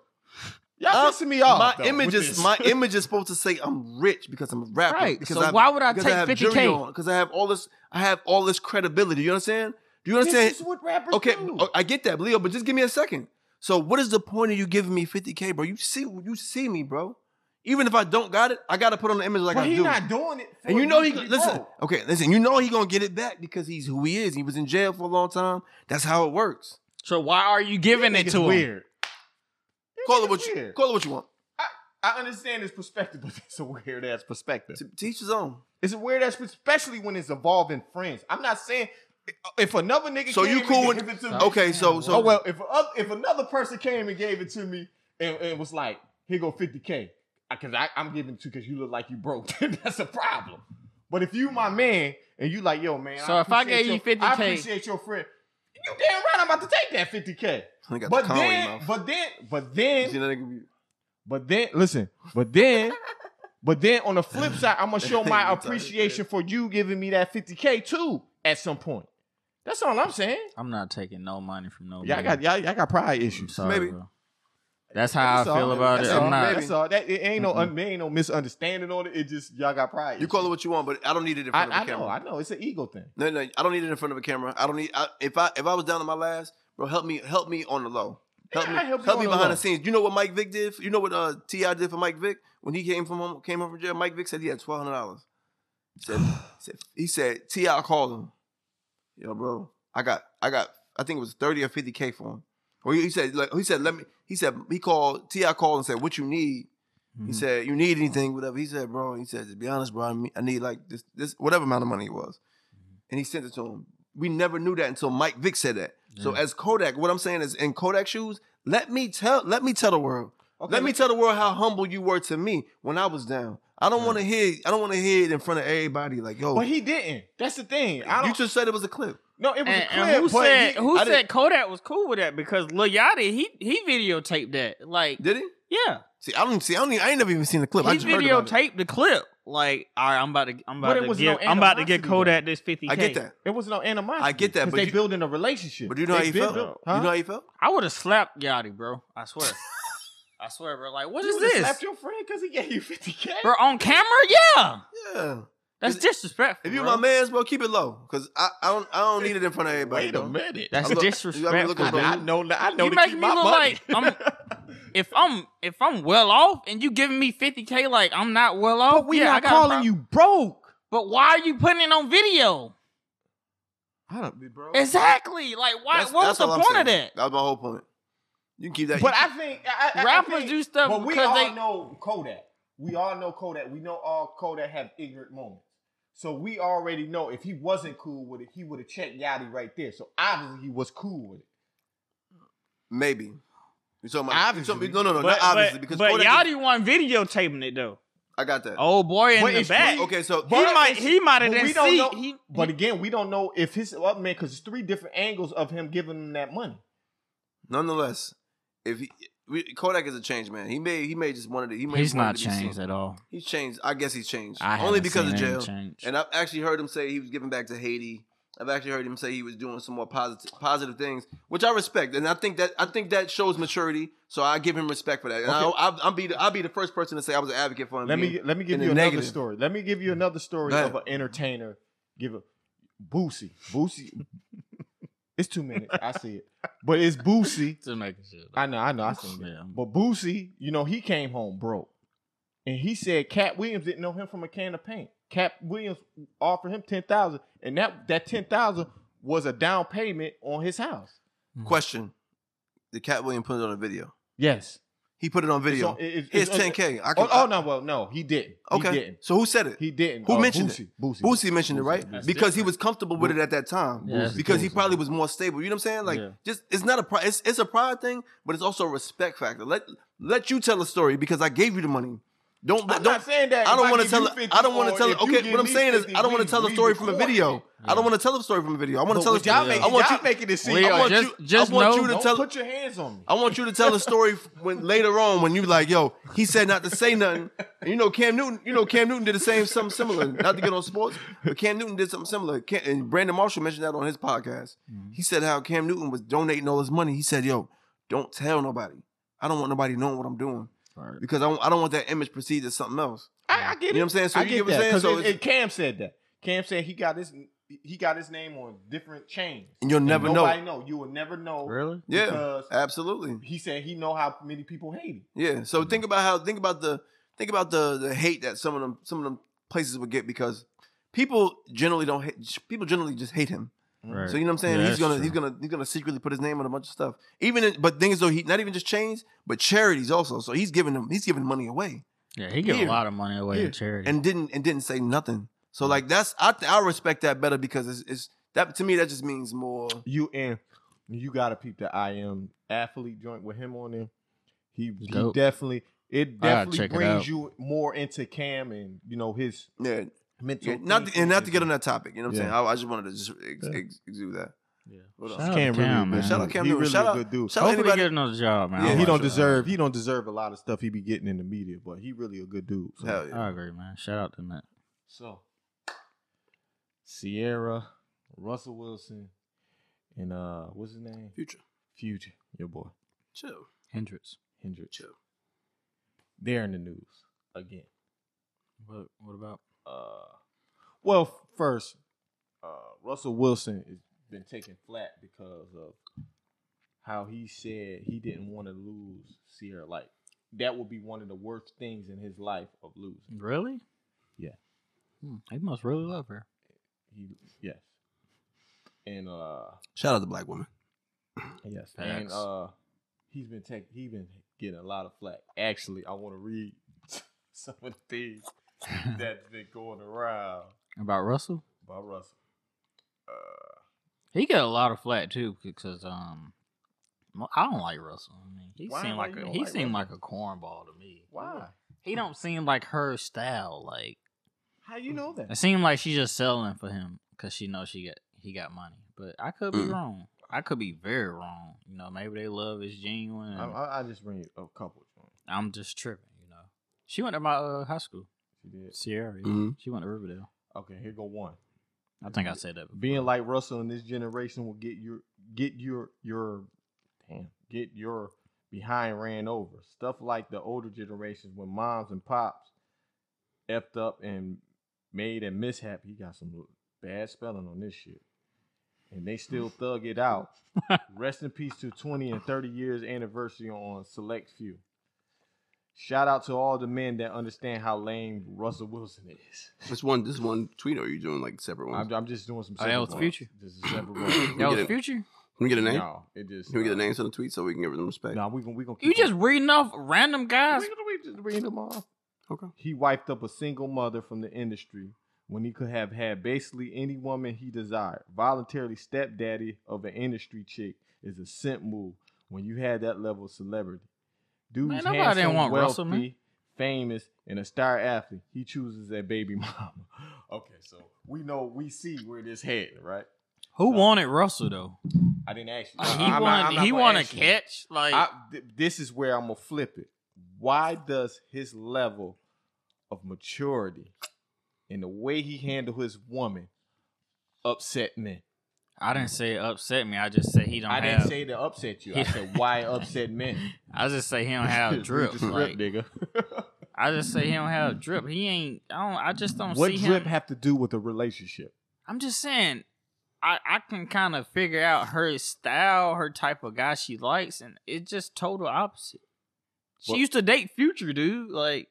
Y'all
Uh,
pissing me off.
my
though,
image
with
is
this.
my image is supposed to say I'm rich because I'm a rapper.
Right,
Because
so why would I
because
take
have
50K?
jewelry on, Because I have all this. I have all this credibility. You understand? Do you understand?
This is what rappers
Okay,
do.
oh, I get that, Leo. But just give me a second. So what is the point of you giving me 50k, bro? You see, you see me, bro. Even if I don't got it, I gotta put on the image like
but
I
he
do.
not doing it. for
And you know he
to be
listen.
broke.
Okay, listen. You know he gonna get it back because he's who he is. He was in jail for a long time. That's how it works.
So why are you giving
That
it
nigga's
to him?
weird. That
Call
nigga's
it what you
weird.
call it what you want.
I understand his perspective, but it's a weird ass perspective.
To, to each his own.
It's a weird ass, especially when it's involving friends. I'm not saying if another nigga.
So
came
you
and
cool
gave
with
it to me,
okay? So so
Oh well, if oth- if another person came and gave it to me and, and was like, "Here go 50k," because I'm giving it to because you look like you broke. then That's a problem. But if you my man and you like, yo man,
So if I
appreciate
gave you
your-
50K.
I appreciate your friend. You damn right, I'm about to take that 50k.
I got the
But
Conway
then,
mouth.
but then, but
You
then,
see that nigga-
but then, listen. But then, but then on the flip side, I'm gonna show my
You tired,
appreciation for you giving me that 50k too at some point. That's all I'm saying.
I'm not taking no money from
Oh,
nobody.
Y'all got y'all, y'all got pride
I'm
issues.
sorry,
Maybe.
bro. That's how
That's
I
all.
feel about
That's
it.
all.
I'm not.
That's all. That it ain't no
Mm-mm.
there ain't no misunderstanding on it. It just y'all got pride.
You call it what you want, but I don't need it in
I,
front of
I
a camera.
know. I know. It's an ego thing.
No, no, I don't need it in front of a camera. I don't need. I, if I if I was down to my last, bro, help me, help me on the low. Help
Yeah,
me,
I help
help,
you on
me
the
behind
low.
the scenes. You know what Mike Vick did? You know what uh, Ti did for Mike Vick when he came from home, came home from jail. Mike Vick said he had twelve hundred dollars. Said, said he said Ti called him. Yo, bro, I got I got I think it was thirty or fifty k for him. Or he, he said like he said let me. He said he called Ti called and said what you need.
Mm-hmm.
He
Mhm.
said, "You need anything, whatever." He said, "Bro," he said, "To be honest, bro, I me- I need like this, this, whatever amount of money it was,"
Mm-hmm.
and he sent it to him. We never knew that until Mike Vick said that. So
Yeah.
as Kodak, what I'm saying is, in Kodak shoes, let me tell, let me tell the world, let me tell the world how humble you were to me when I was down. I don't want to hear, I don't want to hear it in front of everybody. Like, yo,
But he didn't. That's the thing. I don't.
you just said it was a clip.
no, it was
And,
a clip.
and who
but
said
he-
who
I
said
didn't-
Kodak was cool with that? Because Lil Yachty, he he videotaped that. Like,
Did he?
yeah,
See, I don't see, I don't, even, I ain't never even seen the clip. I
he
just heard about it.
videotaped the clip. Like, all right, I'm about to I'm
But
about
it
to
was
give
no
I'm about to get
animosity,
Kodak this 50.
I get that,
It was no animosity.
I get that,
'cause
but
they
you-
building a relationship.
but you know how
They
you
been
felt.
built-
You
huh?
know how you felt.
I would have slapped Yachty, bro. I swear. I swear, bro. Like, what
You
is
would've
this,
Slapped your friend because he gave you fifty k.
bro? On camera, yeah,
Yeah.
that's
Is it-
disrespectful.
If you
bro.
my man's, bro, keep it low, cause I, I don't I don't need it in front of everybody.
Wait
bro.
a minute.
that's
I look-
disrespectful.
I look at
dude.
the-
I know. I know.
You
to
make
keep
me
my
look
money.
like I'm- if I'm if I'm well off and you giving me 50k like I'm not well
Oh,
off,
but we
yeah, I
not
got a
calling
prob-
you broke.
But why are you putting it on video?
I don't, bro.
Exactly. Like, why?
That's-
what
that's
was the
all I'm
point of
saying.
that?
That was my whole point. You can keep that.
But I think I, I- I
Rappers
think-
do stuff
But we
because
all
Um, they-
know Kodak. We all know Kodak. We know all Kodak have ignorant moments. So we already know if he wasn't cool with it, he would have checked Yachty right there. So obviously he was cool with it.
maybe. You talking about? you
Obviously.
talking- no, no, no.
But,
not obviously,
but,
because
but
Kodak
Yachty won videotaping it though.
I got that.
Old boy in
But
the
it's
back.
free.
Okay, so
But-
he might. He might have
but
didn't
we don't
see.
know-
he,
But again, we don't know if his up man because it's three different angles of him giving him that money.
nonetheless, if he, we, Kodak is a changed man. He may he may just wanted to. He may
he's
wanted
not
to be seen.
changed at all.
He's changed. I guess he's changed.
I
Only
haven't
because of
seen him
jail.
change.
And I've actually heard him say he was giving back to Haiti. I've actually heard him say he was doing some more positive positive things, which I respect, and I think that I think that shows maturity. So I give him respect for that. And
Okay.
I, I'll, I'll be the, I'll be the first person to say I was an advocate for him.
Let
being-
me let me give
in
you
the
another
negative.
story. Let me give you another story
Go ahead.
of an entertainer. Give a Boosie. Boosie. it's two minutes. I see it. But it's Boosie.
Just making shit up.
I know, I know, I seen it.
Yeah.
But Boosie, you know, he came home broke. And he said Cat Williams didn't know him from a can of paint. Cat Williams offered him ten thousand, and that that ten thousand was a down payment on his house.
question: Did Cat William put it on a video?
Yes,
He put it on video.
So it- it-
His
it's-
10K. I
Oh,
can-
oh, no, well, no, he didn't.
Okay.
he didn't.
So who said it?
He didn't. Uh,
Who mentioned it?
Boosie.
Boosie mentioned it, right?
That's
because he
different.
was comfortable with it at that time.
Yeah, that's
because he
different.
probably was more stable. You know what I'm saying? Like,
Yeah.
just it's not a pride. It's, it's a pride thing, but it's also a respect factor. Let let you tell a story because I gave you the money. Don't
I'm
don't.
not saying that.
I
if
don't want
give
to tell.
you
a-
50
I don't want
or
to tell.
if you
Okay,
give
what I'm
me
saying is,
50,
I don't want
we-
to tell a
we
story from a
recording
video.
it.
I don't want to tell a story from a video. I want to tell a
But y'all
story.
make,
I want
y'all
you.
making it seem.
Leo,
I want
just,
you- I
just
want
know.
you to
Don't
tell-
put your hands on me.
I want you to tell a story f- when later on when you like, yo, he said not to say nothing. And you know Cam Newton, you know Cam Newton did the same something similar. Not to get on sports, but Cam Newton did something similar. Cam, and Brandon Marshall mentioned that on his podcast.
Mm-hmm.
He said how Cam Newton was donating all his money. He said, yo, don't tell nobody. I don't want nobody knowing what I'm doing
Right.
because I don't, I don't want that image perceived as something else.
I, I get it.
You know what I'm saying? So
I
you
get
get what I'm
that,
saying?
'cause
So
it-
it's-
it- Cam said that. Cam said he got his he got his name on different chains.
And you'll never
nobody
know.
know. You will never know.
Really?
Yeah,
Because
absolutely.
he said he know how many people hate him.
Yeah. So think about how think about the think about the the hate that some of them some of them places would get because people generally don't hate people generally just hate him.
Right.
So you know what I'm saying?
Yeah,
he's
that's
gonna
true.
he's gonna he's gonna secretly put his name on a bunch of stuff. Even in, but things though he not even just chains but charities also. So he's giving them he's giving money away
Yeah, he give a
Here.
lot of money away
Here.
to charity.
and didn't and didn't say nothing. So like that's I th- I respect that better because it's, it's that to me that just means more.
You and you gotta peep the I am athlete joint with him on him. He, he
Dope.
definitely it
gotta
definitely
check it
brings
out.
you more into Cam and you know his
Yeah,
mental.
yeah not to, and not to get on that topic. You know what I'm
Yeah.
saying? I, I just wanted to just ex,
Yeah.
ex, exude that.
yeah.
What
Shout
else?
out
Cam
to Cam,
really
man.
good.
Shout out
dude.
Cam
He
Newton.
really
Shout out-
good dude.
shout out
Hopefully,
anybody-
get another job, man.
Yeah,
I
Yeah, he
watch
don't
it.
deserve. He don't deserve a lot of stuff he be getting in the media, but he really a good dude. So,
Hell yeah.
I agree, man. Shout out to Matt.
So, Sierra, Russell Wilson, and uh, what's his name?
Future.
Future, your boy
Chill.
Hendricks.
Hendrix.
Chill.
They're in the news again.
What? What about?
Uh, well, f- first, uh, Russell Wilson has been taken flat because of how he said he didn't want to lose Sierra. Like that would be one of the worst things in his life of losing.
Really?
Yeah.
Hmm, he must really love her.
He yes. And uh
Shout out to black women.
yes, and
Facts.
uh he's been tech he's been getting a lot of flack. Actually, I want to read some of the things that's been going around
about Russell?
by Russell. Uh
He got a lot of flack too because um, well, I don't like Russell. I mean, he
Why-
seemed
why
like
you
a,
don't
he
like
seemed
Russell?
like a cornball to me.
why?
He don't seem like her style. Like
How you know
it
that?
seemed like she's just selling for him because she knows she got he got money. But I could be
Mm.
wrong. I could be very wrong. You know, maybe they love is genuine.
I,
and
I, I just bring you a couple.
I'm just tripping. You know, she went to my uh, high school,
She did.
Sierra. yeah.
Mhm.
She went to Riverdale.
Okay, here go one.
I think I said that. Before.
Being like Russell in this generation will get your get your your damn get your behind ran over. Stuff like the older generations when moms and pops effed up and made a mishap. He got some bad spelling on this shit. And they still thug it out. Rest in peace to 20 and 30 years anniversary on select few. Shout out to all the men that understand how lame Russell Wilson is.
This one, this one tweet, or are you doing like separate ones?
I'm, I'm just doing some.
Oh, that was
separate
Future?
ones. This is separate ones.
That
We
was
get it.
future.
Can we get a name?
No, it just. uh,
Can we get the names on the tweet so we can give them respect?
No, we gonna we gonna.
You
keep
just reading off random guys.
We just read them off.
Okay.
He wiped up a single mother from the industry when he could have had basically any woman he desired. Voluntarily stepdaddy of an industry chick is a simp move when you had that level of celebrity. Dude's
Man, nobody
handsome,
didn't want
wealthy,
Russell, man.
famous, and a star athlete. He chooses that baby mama. okay, so we know we see where this headed, right?
Who wanted Russell though?
I didn't ask you.
Like, Uh, he
I'm not-
wanted.
I'm not
he
gonna
wanted
ask you.
catch. Like
I, th- this is where I'm gonna flip it. Why does his level of maturity and the way he handled his woman upset men?
I didn't say it upset me. I just said he don't
I
have.
didn't say to upset you. I said why it upset men.
I just say he don't have drip.
Just drip,
Like,
nigga.
I just say he don't have drip. He ain't. I don't. I just don't
what
see
drip
him.
have to do with a relationship?
I'm just saying. I, I can kind of figure out her style, her type of guy she likes, and it's just total opposite. She
Well-
used to date Future, dude. Like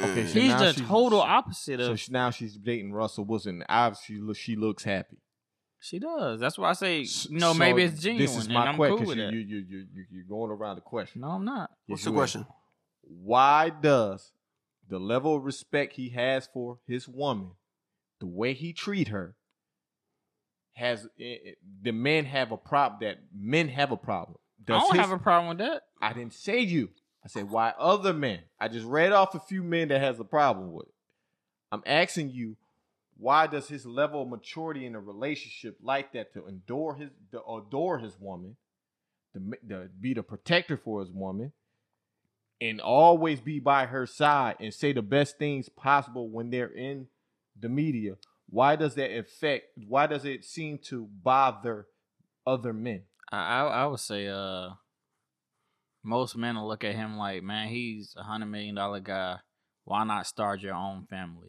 Okay, so
he's
now
the
she's-
total opposite
So
of.
she, now she's dating Russell Wilson. Obviously, she loo- she looks happy.
She does. That's why I say
S-
you know
so
maybe it's genuine.
This is my
and I'm
question.
cool with
you,
that.
you, you, you, you, you're going around the question.
no, I'm not.
What's
Yes,
the
you is.
question?
why does the level of respect he has for his woman, the way he treat her, has eh, eh, the men have a problem that men have a problem? Does
I don't
his-
have a problem with that.
I didn't say you. I said why other men. I just read off a few men that has a problem with it. I'm asking you, why does his level of maturity in a relationship like that to endure his to adore his woman, to, ma- to be the protector for his woman, and always be by her side and say the best things possible when they're in the media? Why does that affect? Why does it seem to bother other men?
I I, I would say uh most men will look at him like, man, he's a hundred million dollar guy. Why not start your own family?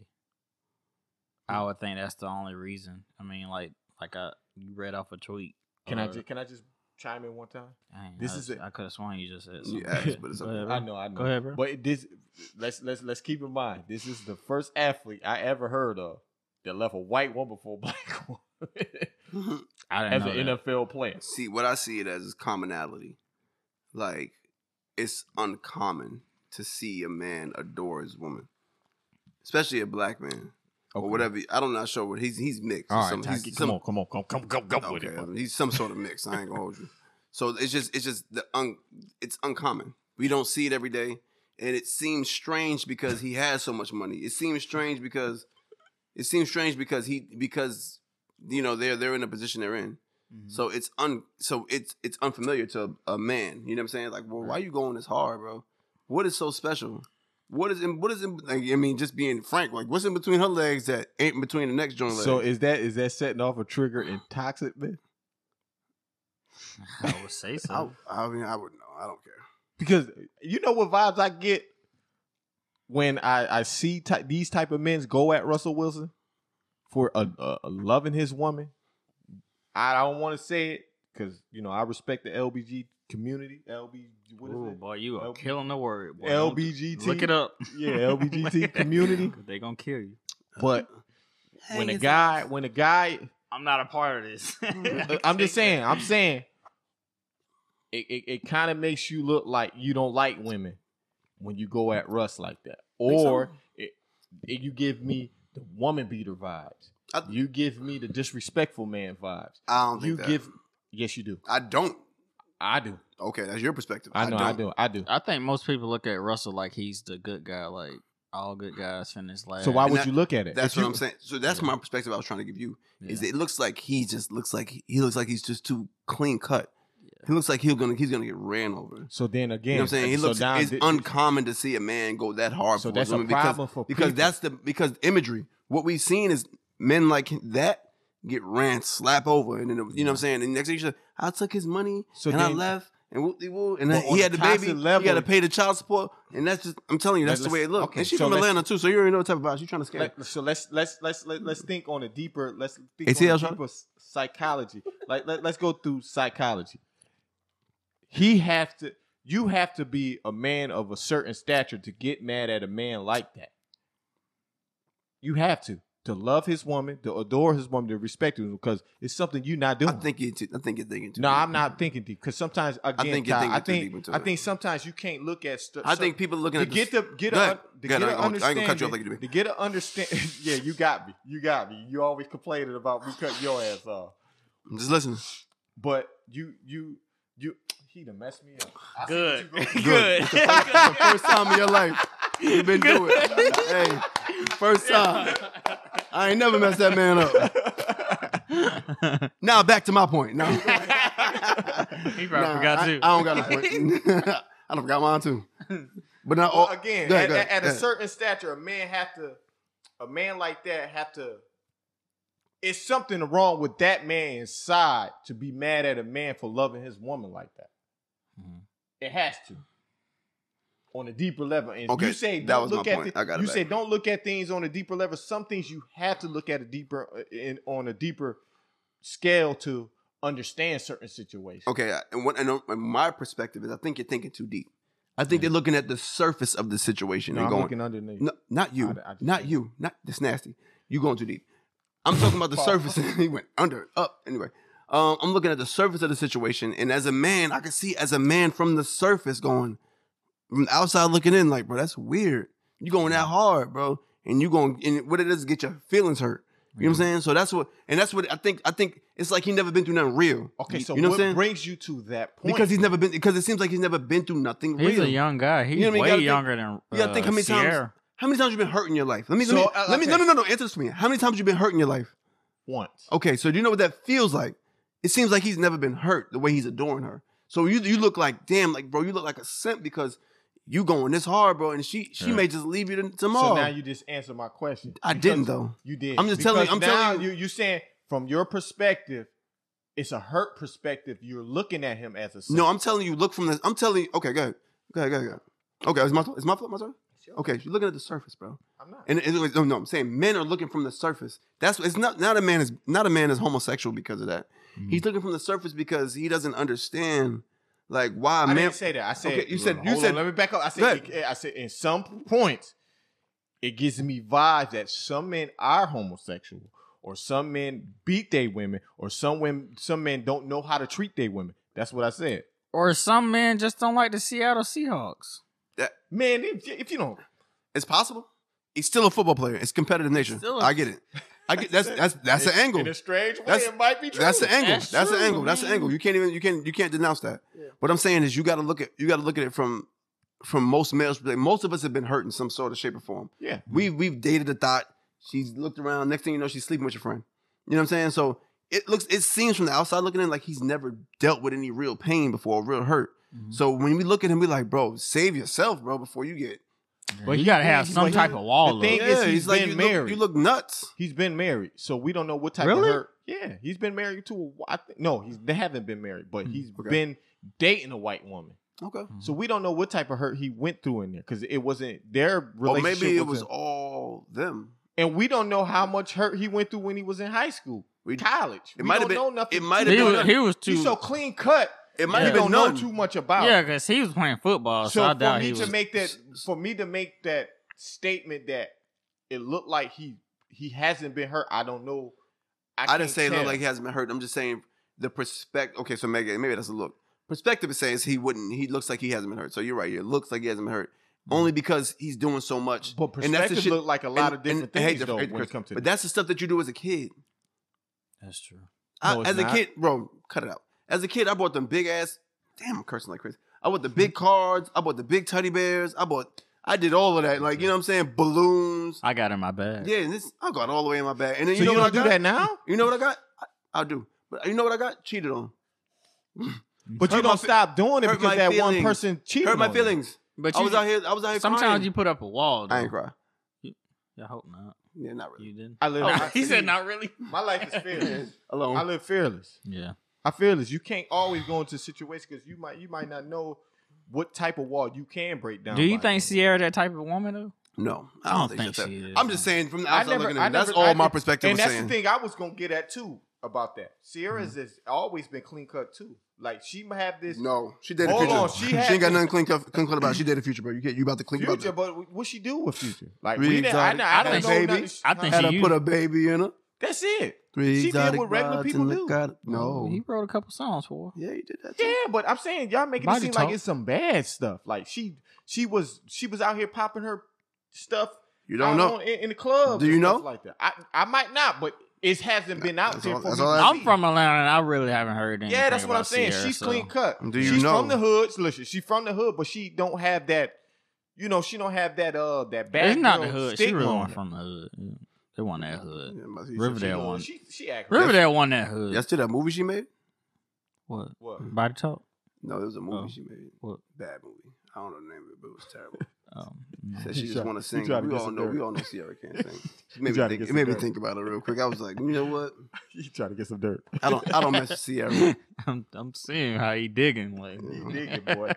Hmm.
I would think that's the only reason. I mean, like like I you read off a tweet.
Can I
or-
just can I just chime in one time?
Dang,
this
I,
is a-
I could have sworn you just said.
You
Something.
asked, but it's
Go
okay.
ahead, bro.
I know, I know.
Go ahead, bro.
But it- this let's let's let's keep in mind this is the first athlete I ever heard of that left a white woman for a black woman Mm-hmm.
I
as
didn't
an
know that.
NFL player.
See, what I see it as is commonality. Like, it's uncommon to see a man adore his woman, especially a black man or whatever. I'm not sure what he's he's mixed.
All right,
Some- he's
Taki, come
some-
on, come on, come come come come with
Okay,
it.
I
bro.
mean, he's some sort of mix. I ain't gonna hold you. So it's just it's just the un, it's uncommon. We don't see it every day, and it seems strange because he has so much money. It seems strange because it seems strange because he because you know they're they're in the position they're in.
Mm.
Mm-hmm.
So it's un so it's it's unfamiliar to a, a man. You know what I'm saying? Like, well, why you going this hard, bro? What is so special? What is in what is in? Like, I mean, just being frank, like, what's in between her legs that ain't between the next joint leg?
So is that is that setting off a trigger in toxic men?
I would say
I,
so.
I mean, I would know. I don't care.
Because you know what vibes I get when I I see ty- these type of men go at Russell Wilson for uh uh loving his woman. I don't want to say it because you know I respect the LBG community. LB, what is
Ooh,
it?
boy, you are
L-
killing the word. Boy. Don't-
LBGT.
Look it up.
Yeah, LBGT community.
they gonna kill you.
But when a guy, when a guy, uh,
I'm not a part of this.
I'm just saying, I'm saying, it it, it kind of makes you look like you don't like women when you go at Russ like that, or it, it, you give me the woman beater vibes.
I-
you give me the disrespectful man vibes.
I don't think
You
that.
give, yes, you do.
I don't.
I do.
Okay, that's your perspective.
I know. I,
don't.
do. I do.
I think most people look at Russell like he's the good guy, like all good guys finish last.
So why
And
would
that-
you look at it?
That's
If
what
you-
I'm saying. So that's my perspective. I was trying to give you. Is
Yeah.
it looks like he just looks like he looks like he's just too clean cut. He looks like he's gonna he's gonna get ran over.
So then again,
You know what I'm saying? He
so
looks.
now
it's
thi-
uncommon to see a man go that hard
So
for
that's
a
a
woman
problem
because
for
because
people.
that's the because imagery. What we've seen is men like that get ran, slap over, and then you know what I'm saying. And next thing you say, I took his money
So
and I
then-
left. And whoop de woo, and
But on
he had
the
the baby.
toxic level-
he got to pay the child support, and that's just—I'm telling you—that's the
Let's-
way it looked.
okay,
and she's
so
from
let's-
Atlanta too, so you already know what type of vibes she's trying to scare.
Let- so let's let's let's let, let's think on a deeper let's think
ATL,
on a
Sean?
deeper s-
Hmm.
psychology. like let, let's go through psychology. He has to you have to be a man of a certain stature to get mad at a man like that. You have to to love his woman, to adore his woman, to respect him because it's something you're not
I
doing.
think you. Too, I think you're thinking too.
no,
deep.
I'm not thinking deep because sometimes again, I
think
think
you're thinking
I
too
think,
deep into
I
it.
think sometimes you can't look at stuff.
I think people looking
to
at the
get the get
Go ahead.
a, to
Go ahead.
get a
I ain't gonna- I ain't
understanding.
gonna cut you off like you do.
To get a understand. yeah, you got me. You got me. You always complaining about me cutting your ass off,
I'm just listening.
but you you you he done messed me up. I see
Good.
what you gonna do.
Good.
The first time in your life you've been doing. it. Hey, first time. I ain't never messed that man up. Now back to my point. No,
he probably
Nah,
forgot
I,
too.
I don't got a point. I don't forgot mine too. But now,
Well,
oh,
again,
go ahead,
at,
go ahead,
at- at
go
a
ahead.
certain stature, a man have to, a man like that have to. It's something wrong with that man inside to be mad at a man for loving his woman like that.
Mm-hmm.
Mhm.
It has to. On a deeper level, and
Okay,
you say
that
don't
was my
look at
point.
thi-
I got it
you
back.
say don't look at things on a deeper level. Some things you have to look at a deeper uh, in on a deeper scale to understand certain situations.
okay, and what and, uh, and my perspective is, I think you're thinking too deep. I think they're looking at the surface of the situation
No,
and
I'm
going,
looking underneath.
no, not you,
I- I just
not
think-
you, not this nasty. You going too deep. I'm talking about the
Pause.
surface. he went under, up. Anyway, um, I'm looking at the surface of the situation, and as a man, I can see as a man from the surface going from the outside looking in, like, bro, that's weird. You going that hard, bro, and you going and what it is get your feelings hurt. You know what I'm saying? So that's what, and that's what I think. I think it's like he never been through nothing real.
Okay,
You-
so
you know
what,
what I'm saying?
brings you to that point?
because he's never been because it seems like he's never been through nothing
He's
real.
a young guy. He's
know what I mean? You
way
gotta think-
younger than.
you gotta
uh,
think how many times-
Sierra.
How many times you been hurt in your life? Let me let
So,
me,
uh,
let me no
okay.
no no no answer this for me. How many times you been hurt in your life?
once.
Okay, so do you know what that feels like? It seems like he's never been hurt the way he's adoring her. So you you look like damn like bro you look like a simp because you going this hard bro and she she
Yeah.
may just leave you to-
So
tomorrow.
now you just answered my question.
I
Because
didn't though.
You did.
I'm just telling you-
Because
I'm
now
telling you-
You you saying from your perspective, it's a hurt perspective. You're looking at him as a
No, I'm telling you look from the I'm telling you okay go ahead go ahead go ahead. Go ahead. Okay, it's my it's my my turn. Okay, you're looking at the surface, bro.
I'm not.
And and- and- no, no, I'm saying men are looking from the surface. That's it's not not a man is not a man is homosexual because of that. He's looking from the surface because he doesn't understand like why a
I
man.
didn't say that. I said
Okay, you said- you
Hold on,
said-
let me back up.
Go
I said it- I said in some points, it gives me vibes that some men are homosexual, or some men beat their women, or some women some men don't know how to treat their women. That's what I said.
Or some men just don't like the Seattle Seahawks.
Man, if, if you don't
it's possible. He's still a football player. It's competitive nature.
Still a-
I get it. I get that's that's that's an angle.
in a strange way,
That's-
it might be true.
That's an angle.
That's
That's, an
true,
angle. That's an
man.
angle. You can't even you can not you can't denounce that. What I'm saying is you got to look at you got to look at it from from most males. like, Most of us have been hurt in some sort of shape or form.
Yeah.
we we've dated a thought. She's looked around. Next thing you know, she's sleeping with your friend. You know what I'm saying? So it looks it seems from the outside looking in like he's never dealt with any real pain before, or real hurt.
Mm-hmm.
So when we look at him, we like, bro, save yourself, bro, before you get.
But you gotta have
he-
some
but he-
type of wall. up.
the thing- is he's been
you
married.
Look, you look nuts.
He's been married, so we don't know what type
Really?
of hurt. Yeah, he's been married to a white. No, he's, they haven't been married, but he's
Hmm, okay. Hmm.
been dating a white woman.
Okay.
So we don't know what type of hurt he went through in there because it wasn't their
Or
relationship.
maybe it was
wasn't-
all them.
and we don't know how much hurt he went through when he was in high school,
We-
college.
It
we
might
don't
have been-
know nothing.
it might have
he,
been-
was, he was too.
He's so clean cut.
It might
we
have
don't
been uh,
know
none.
too much about.
yeah,
it.
because he was playing football, so,
Oh. So
I
for
doubt
me
he
to
was.
make that, for me to make that statement that it looked like he he hasn't been hurt. I don't know.
I, didn't say it
can't
looked
tell.
like he hasn't been hurt. I'm just saying the perspective. Okay, so maybe maybe that's a look. Perspective is saying he wouldn't. He looks like he hasn't been hurt. So you're right. It looks like he hasn't been hurt
Mm-hmm.
only because he's doing so much.
But
And that's the
perspective
shit-
look like a lot of
And-
different
and- I hate
things
to-
though
hate to
when it
curse,
comes to.
But that's the stuff that you do as a kid.
That's true.
I,
No, it's
as
not.
a kid, bro, cut it out. As a kid, I bought them big ass. Damn, I'm cursing like crazy. I bought the
Hmm.
big cards. I bought the big teddy bears. I bought. I did all of that. Like you know what I'm saying? Balloons.
I got in my bag.
Yeah, and this I got all the way in my bag. And then
so
you know
you
what I
don't do
got?
that now,
You know what I got? I, I do. But you know what I got? Cheated on.
but
Hurt
you
my
don't
fe-
stop doing it
hurt
because
my
that one
feelings.
person cheated.
Hurt my
on you.
feelings.
But
I
you,
was out here. I was out here.
sometimes
crying.
you put up a wall. Though.
I ain't cry.
I hope not.
Yeah, not really.
You didn't.
I live.
Oh,
he said, "Not really."
My life is fearless.
Alone.
I live fearless.
Yeah.
I fearless. You can't always go into situations because you might you might not know what type of wall you can break down.
Do you
by
think
then.
Sierra that type of woman though?
no, I
I
don't,
don't
think,
think
so.
she is.
I'm just saying from the
I
outside
never,
looking
I
in. That's
never-
all
I
my
did-
perspective
And
was
that's
saying.
the thing I was gonna get at too. about that. Sierra's has always been clean cut too. Like she might have this
No, she dated
Hold
Future.
on, she
she,
had
ain't got
this-
nothing clean cut, clean cut about. it. She dated Future, bro. You get you about to clean
future,
about
but what she do with future? Like
Three
we didn't, I,
exotic-
know- I
had a
don't know.
baby.
nothing-
I think
that. Had
she
to
used,
put a baby in her.
that's it.
Three
She did
exotic
what regular
brides
people
and
do.
look at it.
no.
No,
He wrote a couple songs for. her.
yeah, he did that. Too.
Yeah, but I'm saying y'all making it
Body
seem
talk.
like it's some bad stuff. Like she she was she was out here popping her stuff
You don't
out
know.
on- in, in the club.
Do
and
you
stuff
know?
like that? I I might not, but it hasn't been out
that's
there
all-
for
that's
me
all
to
I-
I'm
see.
from Atlanta and I really haven't heard anything.
Yeah, that's what
about
I'm saying.
Sierra,
she's
so.
clean cut.
Do you
she's
know?
from the hood. Listen, she's from the hood, but she don't have that. You know, she don't have that. Uh, that bad.
It's not the
girl
hood. She
stigma
really
on
wasn't
her.
from the hood. Yeah. They want that hood.
Yeah, but he-
Riverdale
She-
one.
She she act.
Riverdale won that hood.
That's to that movie she made.
what?
What?
Body talk?
No, it was a movie
Oh.
she made.
What?
Bad movie. I don't know the name of it, but it was terrible.
Um, no.
Said she
He
just
tried-
want to
he
sing. We
tried to get
all
some
know.
dirt.
We all know Sierra can't sing. It made
tried
me
to
think. It
get
made
some
me
dirt.
think about it real quick. I was like, you know what?
You trying to get some dirt?
I don't. I don't mess with Sierra.
I'm, I'm seeing how he digging. Like,
Yeah.
Dig it, boy.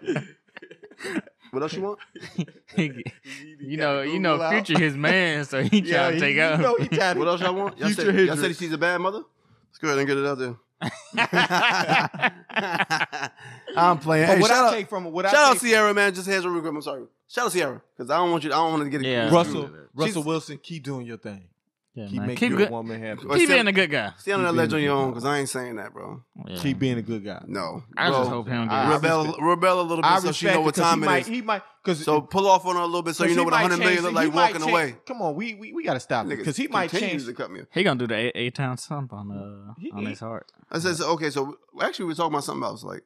What else you want?
you know, you know, future his man, so he trying
Yeah,
to
he-
take
you
out.
know he tried to-
What else y'all want? Y'all
Future
said, y'all
Hendrix.
said she's a bad mother. Let's go ahead and get it out there. I'm playing.
But
Hey,
what
shout
I
out,
take from it, what
shout
I
out
take
Sierra, man. Just hands up real quick. I'm sorry. Shout out Sierra because I don't want you. I don't want to get it.
Yeah.
confused.
Russell, Russell Wilson, keep doing your thing.
Yeah,
Keep
man.
making
Keep,
your
good,
woman happy.
Or
keep
still-
being a good guy.
Stay on
Keep
that
being
ledge on
a
your
good
own
guy.
because I ain't saying that, bro.
Yeah.
Keep being a good guy.
No,
I
bro,
just hope he don't
I-
get
I
it.
rebel,
respect-
rebel a little bit
I
so
respect
she know what
it 'cause
time
he
it
might,
is.
He might because
So pull off on her a little bit so you know what 100 million look like walking away.
Come on, we we, we got to stop
Niggas
because he might
continues
change.
to cut me.
He gonna do the eight, eight town stump on uh
He-
on
he-
his heart.
I said, so, okay, so actually we were talking about something else, like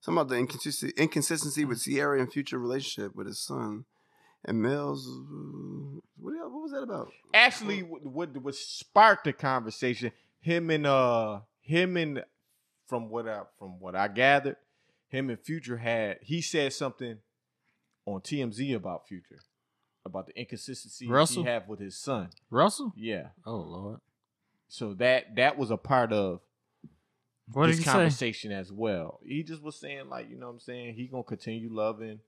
something about the inconsistency, inconsistency with Sierra and future relationship with his son and Mel's. uh, What, the hell- what was that about?
Actually, what, what what sparked the conversation? Him and uh him and from what I from what I gathered, him and Future had he said something on TMZ about Future about the inconsistency
Russell?
he have with his son.
Russell?
Yeah,
Oh Lord.
so that that was a part of
What did
this
he say?
conversation as well. He just was saying, like, you know what I'm saying? He gonna continue loving,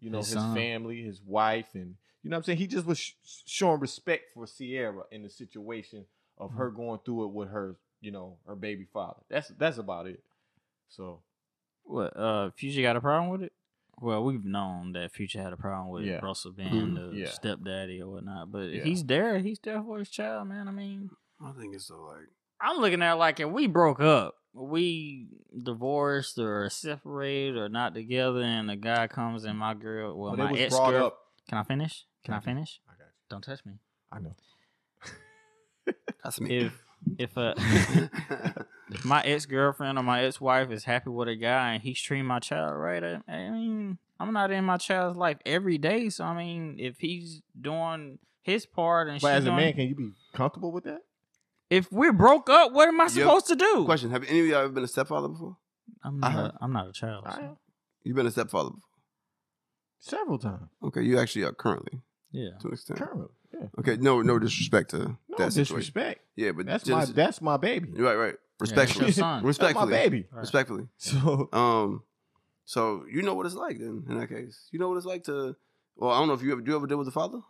you know,
His
his,
son.
family, his wife, and you know what I'm saying? He just was sh- showing respect for Sierra in the situation of
Mm-hmm.
her going through it with her, you know, her baby father. That's that's about it. So
What uh Future got a problem with it? Well, we've known that Future had a problem with
Yeah.
Russell being
Mhm.
the
Yeah.
stepdaddy or whatnot. But
Yeah.
he's there, he's there for his child, man. I mean
I think it's so like.
I'm looking at it like if we broke up, we divorced or separated or not together, and the guy comes and my girl, well,
when
my
it was
ex
brought
girl.
up,
Can I finish? Can I
Okay.
finish?
I got you.
Don't touch me.
I know.
That's me.
If if uh, if my ex girlfriend or my ex wife is happy with a guy and he's treating my child right, I, I mean, I'm not in my child's life every day. So I mean, if he's doing his part and
But
she's
as a
doing,
man, can you be comfortable with that?
if we're broke up, what am I
Yep.
supposed to do?
Question: Have any of y'all ever been a stepfather before?
I'm
I
not.
Uh-huh.
heard.
I'm not a child. so-
You've been a stepfather before.
Several times.
Okay, you actually are currently
yeah.
to an extent.
Currently. Yeah.
Okay, no, no disrespect to
No
that situation.
disrespect.
Yeah, but
That's my
just,
that's my baby.
right, right.
Yeah,
Respectfully,
it's your son.
That's my
respectfully,
baby.
Right.
respectfully.
So
Um, so you know what it's like then in that case. You know what it's like to. Well, I don't know if you ever do you ever deal with the father.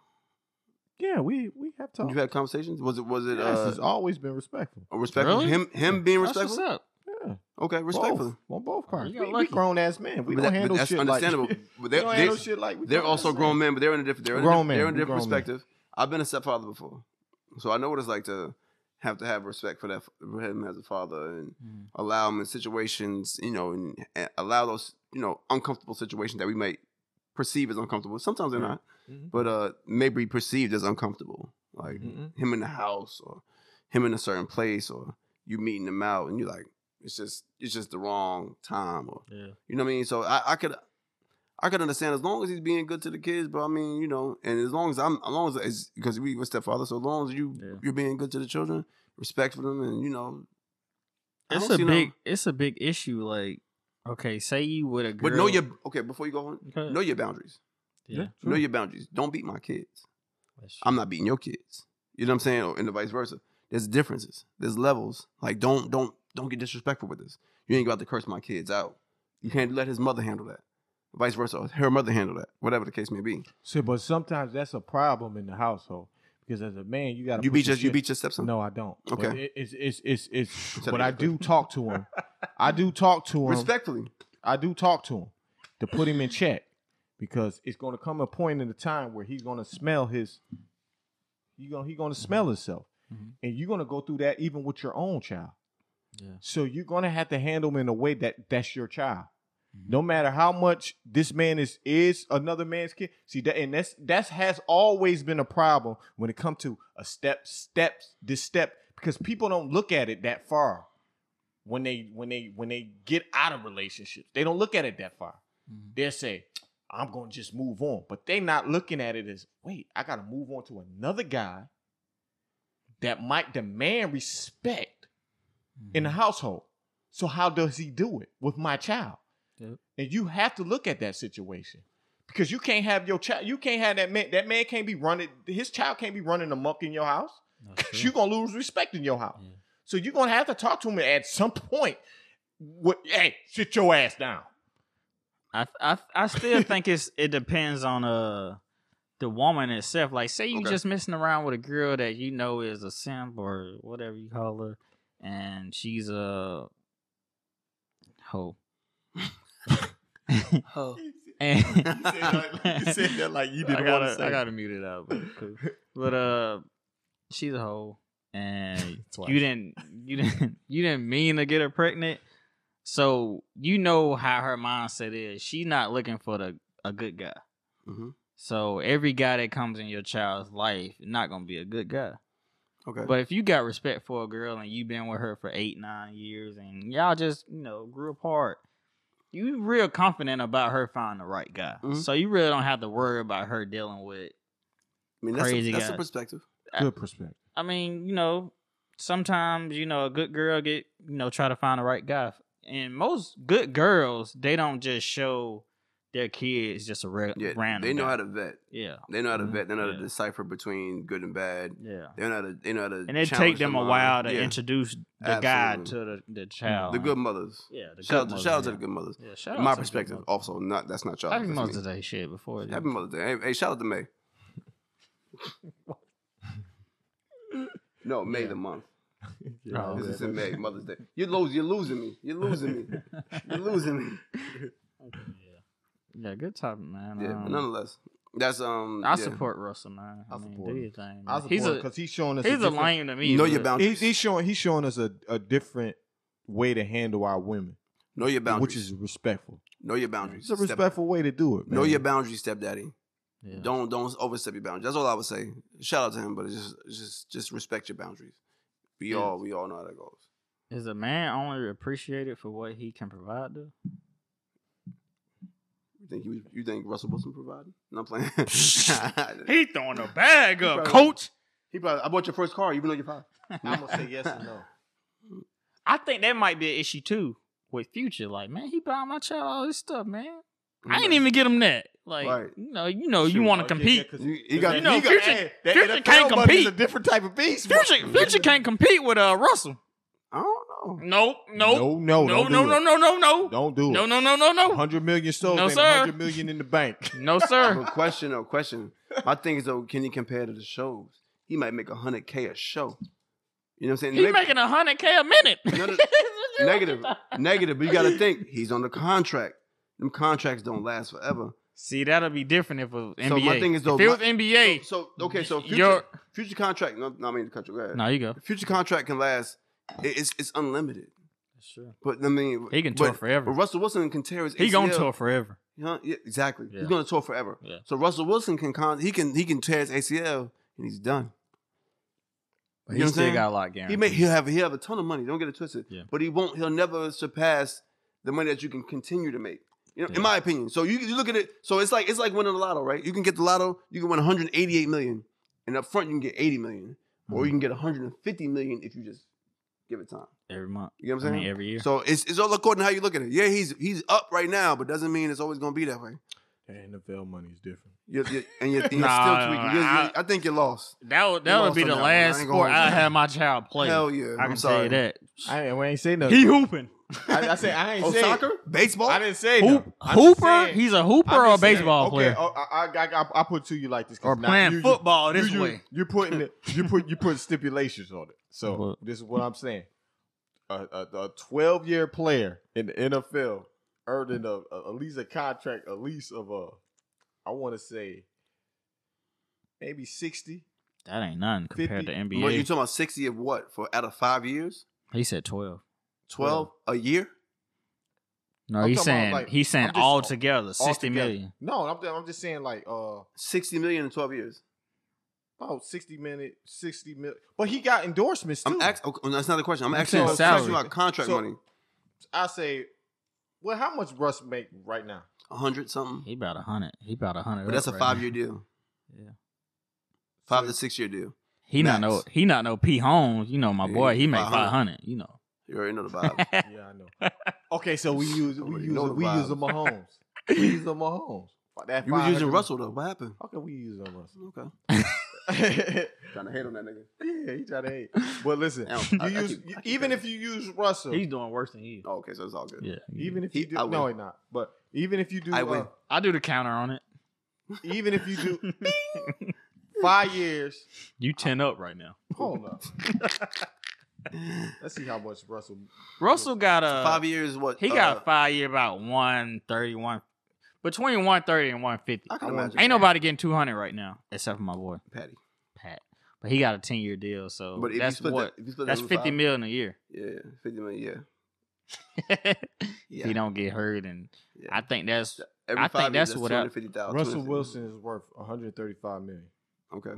yeah, we we have talked.
You had conversations. Was it was it
Oh. Yes,
uh,
it's always been respectful.
a respectful
Really?
him him being
That's what's
respectful?
up.
Yeah,
Okay, respectfully.
both. on both parts.
You got
We, we
lucky.
grown ass men. We
But that-
don't
but
handle
that's
shit
understandable.
Like,
but
we
they're
don't
they,
handle shit like we
they're
grown
also
ass
grown
men.
men, but they're in a different they're in a,
Grown
diff- they're in a
men,
different
grown men.
perspective. I've been a stepfather before, so I know what it's like to have to have respect for that for him as a father and
Mm.
Mhm.
allow him in situations, you know, and, and allow those you know uncomfortable situations that we might perceive as uncomfortable. Sometimes they're not,
Mhm.
but uh, maybe perceived as uncomfortable, like
Mhm.
him in the house or him in a certain place or you meeting him out and you're like it's just it's just the wrong time or
Yeah.
you know what I mean? So I, I could I could understand as long as he's being good to the kids, but I mean, you know, and as long as I'm as long as it's because we were stepfather, so as long as you
Yeah.
you're being good to the children, respect for them and you know I
It's
don't
a
see
big.
no-
It's a big issue. Like, okay, say you with a girl,
But know your okay, before you go on,
Go ahead.
know your boundaries.
yeah.
Know your boundaries. Don't beat my kids.
That's
I'm not beating your kids. You know what I'm saying? Or, and the vice versa. There's differences. There's levels. Like don't don't don't get disrespectful with this. You ain't about to curse my kids out. You can't let his mother handle that. Vice versa. Her mother handle that. Whatever the case may be.
See, but sometimes that's a problem in the household because as a man, you gotta
You
push
beat
your
your, you
shit-
beat your stepson.
No, I don't. But
Okay.
it- it's it's it's it's.
Tell
But
me
I
that
do talk to him. I do talk to him.
Respectfully,
I do talk to him to put him in check because it's going to come a point in the time where he's going to smell his. He going he going to smell himself,
Mhm.
and you're going to go through that even with your own child.
Yeah.
So you're going to have to handle him in a way that that's your child. No matter how much this man is is another man's kid. See that and that's that's has always been a problem when it comes to a step steps this step because people don't look at it that far when they when they when they get out of relationships. They don't look at it that far.
Mhm.
They'll say, I'm gonna just move on. But they not looking at it as wait, I gotta move on to another guy that might demand respect in the household. So how does he do it with my child?
Yep.
And you have to look at that situation because you can't have your child. You can't have that man. That man can't be running. His child can't be running amok in your house. Cause you gonna lose respect in your house.
Yeah.
So you're gonna have to talk to him at some point. What? Hey, sit your ass down.
I, I,
I still think it's it depends on uh the woman itself. Like, say you
Okay.
just messing around with a girl that you know is a simp or whatever you call her, and she's a hoe.
Oh.
And
like you
I gotta, I gotta mute it out, but, cool. but uh, she's a hoe, and you didn't, you didn't, you didn't mean to get her pregnant. So you know how her mindset is. She's not looking for the a good guy.
Mhm.
So every guy that comes in your child's life not gonna be a good guy.
okay.
But if you got respect for a girl and you've been with her for eight, nine years, and y'all just you know grew apart, you real confident about her finding the right guy.
Mhm.
So you really don't have to worry about her dealing with.
I mean, that's,
Crazy
a, that's a
guy.
perspective.
Good perspective.
I mean, you know, sometimes you know a good girl get you know try to find the right guy, and most good girls they don't just show their kids just a re-
Yeah,
random.
they know
guy.
how to vet.
Yeah,
They know how to vet. They know how
Yeah.
to decipher between good and bad.
yeah.
They know how to. They know how to.
And it
challenge
take them
the
a
mind.
while to
Yeah.
introduce the
Absolutely.
guy to the, the child.
the good mothers.
yeah, the
Shout
good
out, to, shout out
mothers,
to
yeah.
the good mothers.
Yeah, shout
My
out to
perspective,
Big Mother.
also not that's not y'all.
Happy
that's
Mother's
me.
Day shit before.
Happy Mother's Day. Hey, hey, shout out to May. no, May the month.
Oh,
This is in May, Mother's Day. You lose, you're losing me. You're losing me. You're losing me.
yeah, good topic, man.
Yeah,
Um,
but nonetheless, that's um.
I
yeah.
support Russell, man. I,
I
mean,
support
do
him.
your thing.
I
man. He's
support
a
because he's showing us.
he's a
different-
lame to me.
Know your
but-
boundaries.
He, he's showing he's showing us a, a different way to handle our women,
Know your boundaries.
which is respectful.
know your boundaries.
It's a
Step-
respectful way to do it.
know
man.
your boundaries, stepdaddy.
Yeah.
Don't don't overstep your boundaries. That's all I would say. Shout out to him, but it's just it's just just respect your boundaries. We
Yeah.
all we all know how that goes.
Is a man only appreciated for what he can provide? Though?
You think you, you think Russell Wilson provided? No, I'm playing.
he throwing a bag up,
probably-
coach.
he probably I bought your first car, even though you're five.
I'm gonna say yes and no.
I think that might be an issue too with future. Like, man, he buying my child all this stuff, man. I ain't even get him that. Like,
Right.
you know, you know,
Shoot,
you want
oh,
to
yeah,
compete.
yeah, 'cause-
You, he
'cause
got
that-
You know,
he got-
Future-
hey, that
Future
NFL
can't
money is
compete.
a different type of beast. bro.
Future, future can't compete with uh Russell.
I don't know.
Nope, nope,
no,
no,
don't
no,
do
no,
it.
no, no, no,
Don't do it.
no, no, no, no, no,
100 million sold
No,
and
sir.
100 million in the bank.
no, sir.
But question or question. My thing is though, can he compare to the shows? He might make hundred K a show. You know what I'm saying?
He
Maybe-
making a hundred k a minute.
No, no, negative. negative, but you gotta think, he's on the contract. Them contracts don't last forever.
See, that'll be different if it was NBA.
So my thing is, though,
if it
my-
was NBA,
So okay, so future, uh,
Your-
future contract. No, no, I mean the contract. Go ahead.
no, you go.
Future contract can last. it- It's it's unlimited.
Sure.
But I mean,
He can
but,
tour forever.
But Russell Wilson can tear his.
He gonna
ACL.
tour forever.
You know? yeah, exactly.
Yeah.
He's gonna tour forever.
Yeah.
So Russell Wilson can con. He can he can tear his ACL and he's done.
But
You know what
he
I'm
still
saying?
got a lot
He
guaranteed.
may he'll have he'll have a ton of money. Don't get it twisted.
Yeah.
But he won't. He'll never surpass the money that you can continue to make. You know,
Yeah.
in my opinion. So you, you look at it. So it's like it's like winning the lotto, right? You can get the lotto. You can win 188 million, and up front you can get 80 million, or
Mm.
you can get 150 million if you just give it time.
every month.
You know what
I
I'm saying?
mean, every year.
So it's, it's all according to how you look at it. Yeah, he's he's up right now, but doesn't mean it's always going to be that way.
Oh. NFL money is different.
You're, you're, and you're, and you're
Nah,
still tweaking. You're-
I-
you're- I think you're lost.
that would
He
that would
lost
be
on
the
that one. I
last
ain't
sport
gonna-
I have my child play.
Hell yeah.
I
I'm
can
sorry.
tell you that.
I, ain't- we ain't say nothing.
He hooping.
I, I said I ain't
Oh,
say
soccer, baseball.
I didn't say
Hoop,
no. I'm just
hooper?
saying-
He's a hooper
I'm
or a
just saying-
baseball player?
Okay, oh, I, I, I, I put it to you like this. 'cause
or
now
playing
you-
football
you-
this
you-
way.
You're putting it. You put you put stipulations on it. So
What?
this is what I'm saying. A, a, a 12 year player in the NFL earning a, a at least a contract at least of a I want to say maybe 60.
That ain't nothing compared
50
to NBA.
But you talking about sixty of what for out of five years,
he said twelve.
twelve a year?
No,
I'm
he's
talking about,
saying
like,
he's saying
I'm just-
all together sixty
altogether.
million.
No, I'm I'm just saying like uh
Sixty million in twelve years.
about 60 minute 60 mil. But he got endorsements too.
I'm asking. Okay, that's not the question. I'm
I'm
asking.
saying
I'm asking
salary.
you about contract
So-
money.
I say, well, how much Russ make right now?
A hundred something.
He about a hundred. He about a hundred.
But that's a
up right
five
now.
year deal.
Yeah.
Five to six year deal.
He not know.
max.
He not know. P Holmes. You know my
Yeah,
boy. He make
500.
five hundred. You know.
You already know the vibe.
Yeah, I know. Okay, so we use we
Already
use
know the
we use
vibes.
a Mahomes. We use a Mahomes. Fuck That
you were using
500
Russell though. What happened?
Okay, we use a Russell.
Okay.
yeah,
Trying to hate on that nigga.
he tried to hate. But listen,
I don't-
you
I- I
use
keep- I keep
even
that.
if you use Russell,
He's doing worse than you.
Oh, okay, so it's all good.
Yeah.
even if
he-
you do
I
no,
win.
he not. But even if you do,
I
uh,
win.
I do the counter on it.
even if you do five years,
You ten up right now.
hold up. Let's see how much Russell.
Russell got a
Five years. What
He
uh,
got five year about one thirty one, between one thirty and one fifty.
I can imagine.
Ain't nobody getting two hundred right now except for my boy
Patty.
Pat. But he got a ten year deal, so
But if you
Oh, that's
split
what
that, if you split
that's
that in
fifty
five-
million a year.
Yeah, fifty million. Yeah. Yeah.
He don't get hurt, and
Yeah.
I think that's
Every
I think
five years,
that's
that's
what I-
250,000,
Russell
250,000.
Wilson is worth 135 million.
Okay.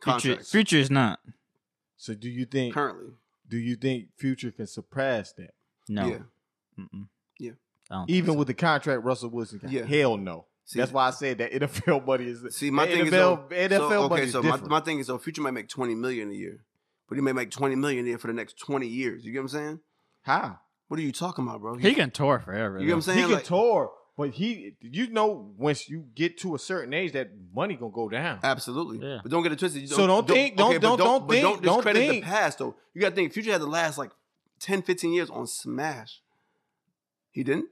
future,
Contracts
future is not.
So do you think
currently.
do you think Future can surpass that?
No,
Yeah.
Mm-mm.
Yeah.
I don't think
Even
so.
with the contract Russell Wilson got?
Yeah.
Hell no.
See-
That's why I said that NFL money is.
See, my
the
thing is
NFL,
though-
NFL
so,
money
okay.
is
So my,
different.
my thing is, so Future might make twenty million a year, but he may make twenty million a year for the next twenty years. You get what I'm saying?
How
What are you talking about, bro?
he can tour forever.
You get what I'm
though.
saying?
he can
Like,
tour, but he, you know, once you get to a certain age, that money gonna go down.
absolutely.
Yeah.
But don't get it twisted. You
So don't think- don't-
okay, but
don't- don't
but
think- don't
Don't discredit
think.
the past though. You got to think. Future had the last like 10, 15 years on Smash. He didn't.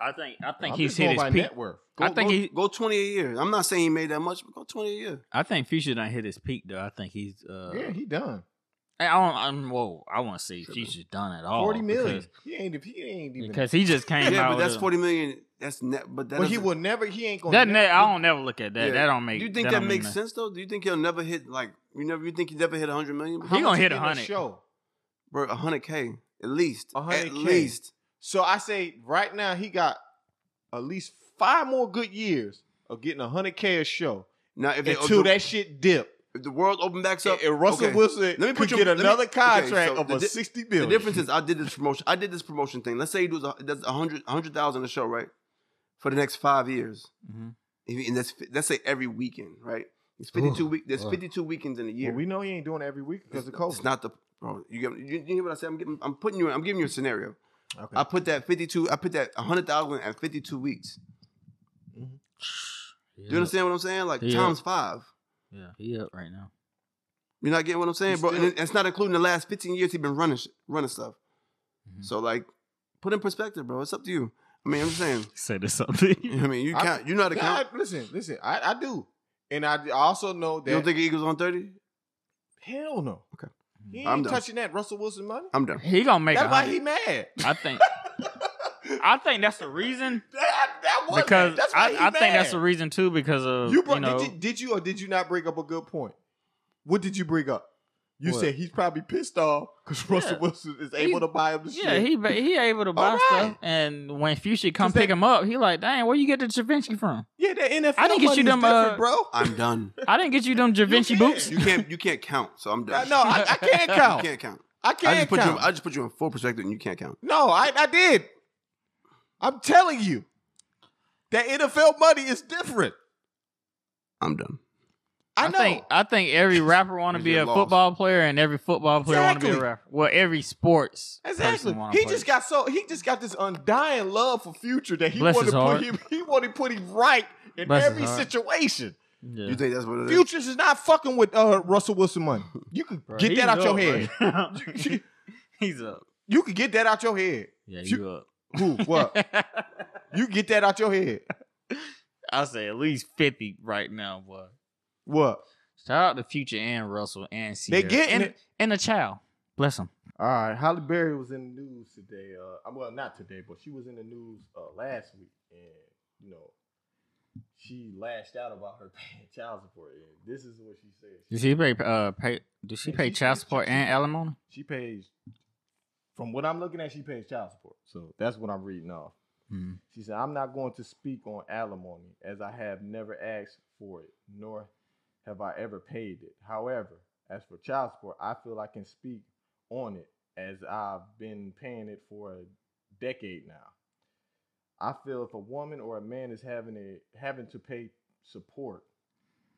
I think I think
I'm
he's
just
hit
going
his
by
peak.
net worth.
Go,
I think
go,
he
go twenty a year. I'm not saying he made that much, but go twenty a year.
I think Future done hit his peak though. I think he's uh
yeah, he done
I don't I'm whoa, I want to say Future's done at all.
forty million.
oh, because-
He ain't he ain't even.
because he just came
Yeah,
out.
but that's
with a-
forty million. That's net. But that
but he
doesn't-
will never. He ain't gonna.
That
never-
ne- I don't never look at that.
Yeah.
That don't make.
Do you think
don't
that,
mean
uh,
makes
nothing.
sense though? Do you think he'll never hit like you never? You think he never hit hundred million?
He gonna
much
hit
in
100.
Show.
Bro, hundred k at least.
100K.
At least.
So I say right now he got at least five more good years of getting hundred k a show
Now if, they,
until
if, the,
that shit dip.
if the world opened back up,
and, and Russell
okay.
Wilson let
me put
could
you-
get
let me-
another
okay,
contract
so
of
the
a
di-
sixty billion.
The difference is I did this promotion. I did this promotion thing. Let's say he does a, does a hundred hundred thousand a show, right? For the next five years,
Mhm.
If he- and that's fi- let's say every weekend, right? It's fifty two week. There's fifty two weekends in a year.
Well, we know he ain't doing it every week because
it's,
of COVID.
it's not the bro. You get you, you hear what I said? I'm getting, I'm putting you. I'm giving you a scenario.
okay.
I put that 52, I put that 100,000 at 52 weeks. Do you
He up-
understand what I'm saying? Like
Yeah.
times five.
Yeah, he up right now.
You're not getting what I'm saying,
He's
bro.
still-
and it- it's not including the last 15 years he's been running sh- running stuff.
Mm-hmm.
Mhm.
So like, put in perspective, bro. It's up to you. I mean, I'm just saying.
Say this something.
I mean, you
I-
count. You know how to
God,
count.
listen, listen. I, I do, and I, I also know that.
You don't think Eagles on 30?
hell no.
Okay.
He ain't
I'm done.
touching that Russell Wilson money.
I'm done.
he gonna make.
That's
a
why he
hundred.
mad.
I think.
that,
I think that's the reason
that was
because
that's why
I,
he
I
mad.
think that's the reason too because of
You
you,
brought,
know
did, you, did you or did you not bring up a good point? What did you bring up? You
What?
said he's probably pissed off because Russell Wilson is able to buy him the
yeah
shit.
he ba- he able to buy
All
stuff
right.
and when Future come
Cause they-
pick him up he like dang where you get the Javinci from
yeah, that NFL
I didn't get you
money's
them,
different,
uh,
bro.
I'm done.
I didn't get you them Javinci
did.
boots
You can't. You can't count. So I'm
No,
done.
no, I, I can't
you
count.
can't count.
I
I
can't
just put
count.
you. I just put you in full perspective, and you can't count.
no, I, I did. I'm telling you, that NFL money is different.
I'm done.
I, know.
think I think every rapper want to
He's
be
your
a
loss.
football player and every football player want to be
Exactly.
a rapper. Well, every sports
Exactly.
person want to
He
play.
just got so he just got this undying love for future that he
Bless
wanted
his
to put
heart.
him he wanted to put him right in
Bless his
every
heart.
situation.
Yeah.
You think that's what it is?
Futures is not fucking with uh, Russell Wilson money. You can
Bro,
get
he's
that out your
up
head.
right now. he's up.
You can get that out your head.
Yeah,
Shoot.
you up.
Who? What? you can get that out your head.
I'll say at least 50 right now, boy.
What?
Shout out to Future and Russell and Sierra.
getting
and,
it.
And a child. Bless them.
All right, Holly Berry was in the news today. Uh, well, not today, but she was in the news uh, last week, and you know, she lashed out about her paying child support. And this is what she said:
Does she pay, uh, pay, does she
Yeah,
pay
she
child
paid-
support
she-
and alimony?
she pays, from what I'm looking at, she pays child support. So that's what I'm reading off.
Hmm.
She said, "I'm not going to speak on alimony, as I have never asked for it, nor have I ever paid it. However, as for child support, I feel I can speak on it as I've been paying it for a decade now. I feel if a woman or a man is having a having to pay support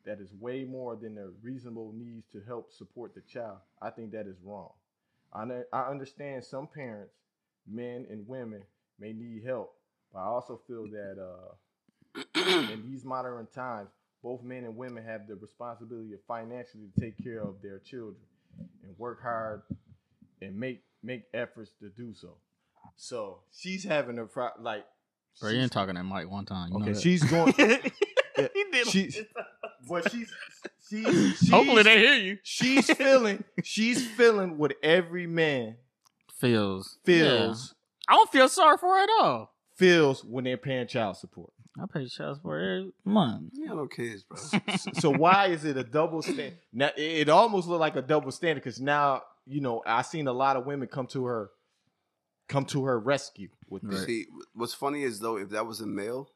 that is way more than their reasonable needs to help support the child, I think that is wrong. I, know, I understand some parents, men and women, may need help, but I also feel that uh, in these modern times, both men and women have the responsibility of financially to take care of their children and work hard and make make efforts to do so. So she's having a pro- like.
Bro, you ain't
she's-
talking to Mike one time. You know
okay,
that.
she's going. Yeah,
He did like
she's, but she's she's, she's
Hopefully they hear you.
she's feeling she's feeling what every man
Feels.
feels
Yeah. I don't feel sorry for her at all.
feels when they're paying child support.
I pay child support every month.
You got no kids, bro.
so why is it a double stand? Now it- it almost looked like a double standard because now you know I seen a lot of women come to her, come to her rescue with this.
Right.
See, what's funny is though, if that was a male,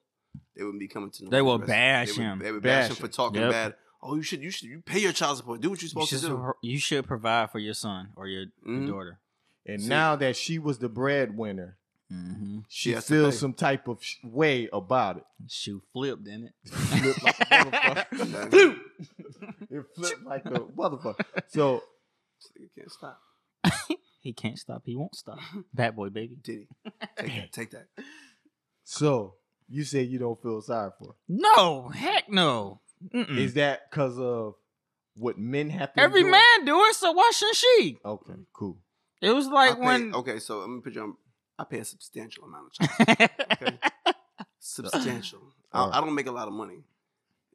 they wouldn't be coming to. no
They will
arrest.
bash
they would,
him.
They would bash,
Bash
him for
him.
talking
Yep.
bad. Oh, you should, you should, you pay your child support. Do what you're
You
supposed
should,
to do.
pro- you should provide for your son or your, your
Mhm.
daughter.
And
See-
now that she was the breadwinner,
Mm-hmm.
she,
She has to
feels
pay.
some type of sh- way about it.
Shoe flipped, didn't it?
Flipped like a motherfucker.
Dang, this
It flipped like a motherfucker. So
nigga can't stop.
he can't stop. He won't stop. Bad boy, baby.
Diddy, take that. Take that.
so you said you don't feel sorry for. her.
No, heck no. Mm-mm.
Is that because of what men have to
Mm. Every
endure?
man do it, so why shouldn't she?
Okay, cool.
It was
I
like
pay,
when
okay, so let me put you on. I pay a substantial amount of child. Okay. substantial. I,
Alright.
I don't make a lot of money,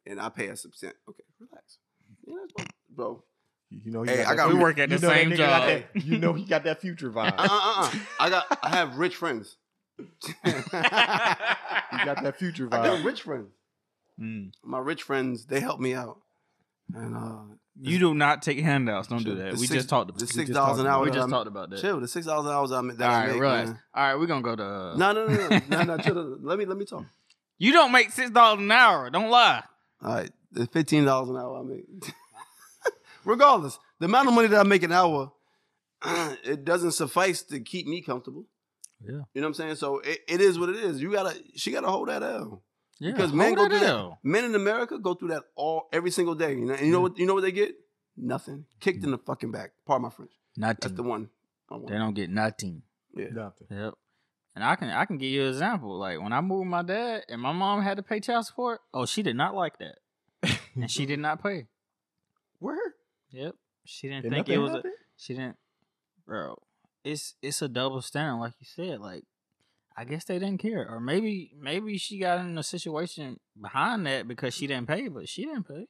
and I pay a substantial. Okay, relax. Yeah, that's what- bro.
You know, he
Hey, I
that
got-
we
future-
work at
you
the
know that
same
nigga got
job.
that- you know he got that future vibe.
Uh, uh, uh, uh. I got. I have rich friends. I
You got that future
Uh,
got
vibe.
rich friends.
Mm.
My rich friends, they help me out, and uh,
you do not take handouts. Don't do that.
The
We
six-
just talked about
the
we
six
just
dollars an
talked-
hour.
We
that
just
I-
talked about that.
Chill. The six dollars an hour that I'm. That
All
I
right,
make,
relax.
man.
All right, we're gonna go to. Uh,
No, no, no, no, no, no. Chill. Let me let me talk.
You don't make six dollars an hour. Don't lie.
All right, the fifteen dollars an hour I make. Regardless, the amount of money that I make an hour, it doesn't suffice to keep me comfortable.
Yeah.
you know what I'm saying. So it, it is what it is. You gotta, she gotta hold that L.
Yeah,
Because men
hold
go
it
through that.
down.
Men in America go through that all every single day. You know, and you know what? You know what they get? Nothing.
Mm.
Kicked in the fucking back. Pardon my French. That's
Nothing.
the one. I
They
want.
don't get nothing.
Nothing.
Yep. And I can I can give you an example. Like when I moved with my dad and my mom had to pay child support. Oh, she did not like that, and she did not pay.
Where?
Yep. She didn't
Did
think
nothing
it was. A,
happen?
she didn't. Bro, it's it's a double standard, like you said. Like I guess they didn't care, or maybe maybe she got in a situation behind that because she didn't pay, but she didn't pay.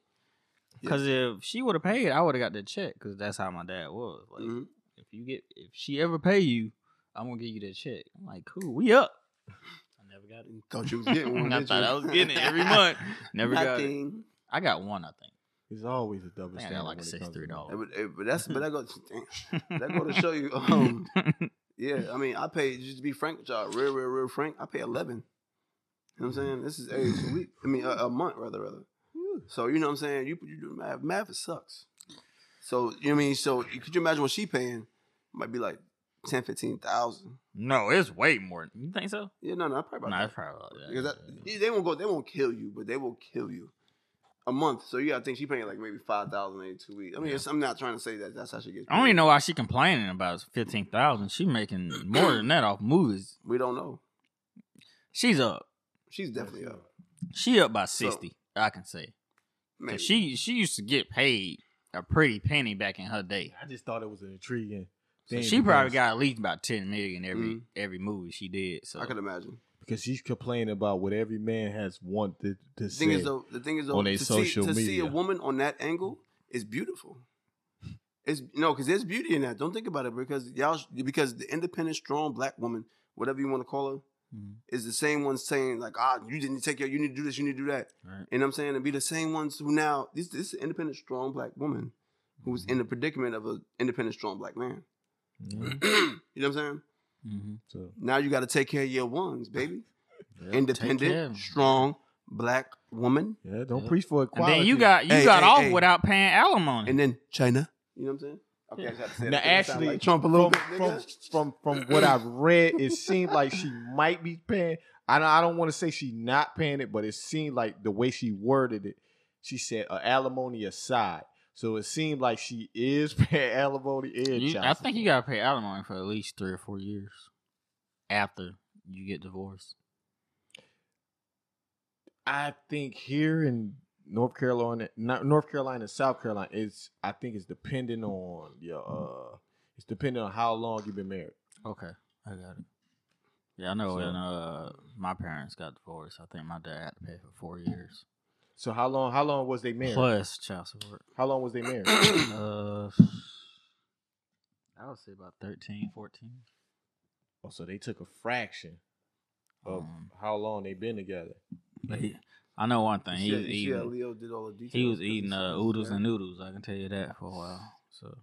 Because if she would have paid, I would have got the check. Because that's how my dad was. Like
Mhm.
if you get if she ever pay you, I'm gonna give you that check. I'm like, cool, we up. I never got it.
Thought you was getting one.
I
didn't
thought
you?
I was getting it every month. Never got it.
Nothing.
I got one, I think.
It's always a double
I think I
standard.
got like a
when it
six
comes to
three
men.
dollars.
Eh, But, eh, but that's but that goes. Damn, that go to show you. Um, yeah, I mean, I pay just to be frank with y'all, real, real, real frank. I pay eleven. You know what I'm saying? This is a week. I mean, a, a month rather, rather. So you know what I'm saying? You you do math. Math it sucks. So you know what I mean? So could you imagine what she paying? Might be like ten, fifteen thousand.
No, it's way more. You think so?
Yeah, no, no, probably
No,
about that.
nah, it's probably about that.
Because that- they- they won't go, they won't kill you, but they will kill you a month. So you gotta think she paying like maybe five thousand every two weeks. I mean, it's, I'm not trying to say that that's how she gets.
I don't
paid.
even know why she complaining about fifteen thousand. She making more than that off movies.
We don't know.
She's up.
She's definitely up.
She up by
So-
sixty. I can say. 'Cause
Maybe.
She she used to get paid a pretty penny back in her day.
I just thought it was an intriguing
So
Then
she
because-
probably got at least about ten million every
Mhm.
every movie she did. So
I could imagine.
because she's complaining about what every man has wanted to
The
say.
thing is though, the thing is though,
on their
to,
social
see, to see a
media.
woman on that angle is beautiful. It's no, because there's beauty in that. Don't think about it because y'all because the independent, strong black woman, whatever you want to call her,
Mhm.
is the same one saying like, ah, you didn't take care, you need to do this, you need to do that.
Right.
You know what I'm saying? And be the same ones who now this this is independent, strong black woman who's in the predicament of an independent, strong black man.
Mhm.
you know what I'm saying?
Mhm.
So,
Now you got to take care of your ones, baby.
yeah.
care of 'em.
Independent, strong black woman.
Yeah, don't
Yeah.
preach for
And
equality.
then you got you
Hey,
got
hey,
off
hey.
without paying alimony.
and then China. You know what I'm saying? Okay, I just have to say
Now,
that 'cause it sound
actually,
like Trump a little
from,
bit,
from,
nigga.
from from what I've read, it seemed like she might be paying. I don't, I don't want to say she not paying it, but it seemed like the way she worded it, she said uh, alimony aside. So it seemed like she is paying alimony and
You-
child
I think you
support.
gotta pay alimony for at least three or four years after you get divorced.
I think here in North Carolina, not North Carolina, and South Carolina, it's I think it's dependent on your. Uh, it's dependent on how long you've been married.
Okay, I got it. Yeah, I know
So-
when uh, my parents got divorced, I think my dad had to pay for four years
So how long? How long was they married?
plus child support.
How long was they married?
Uh, I would say about 13, 14.
Oh, so they took a fraction of
Um,
how long they been together.
But he, I know one thing. He
Yeah,
was
yeah,
eating.
Leo did all the details.
He was eating uh, oodles and noodles. I can tell you that for a while. So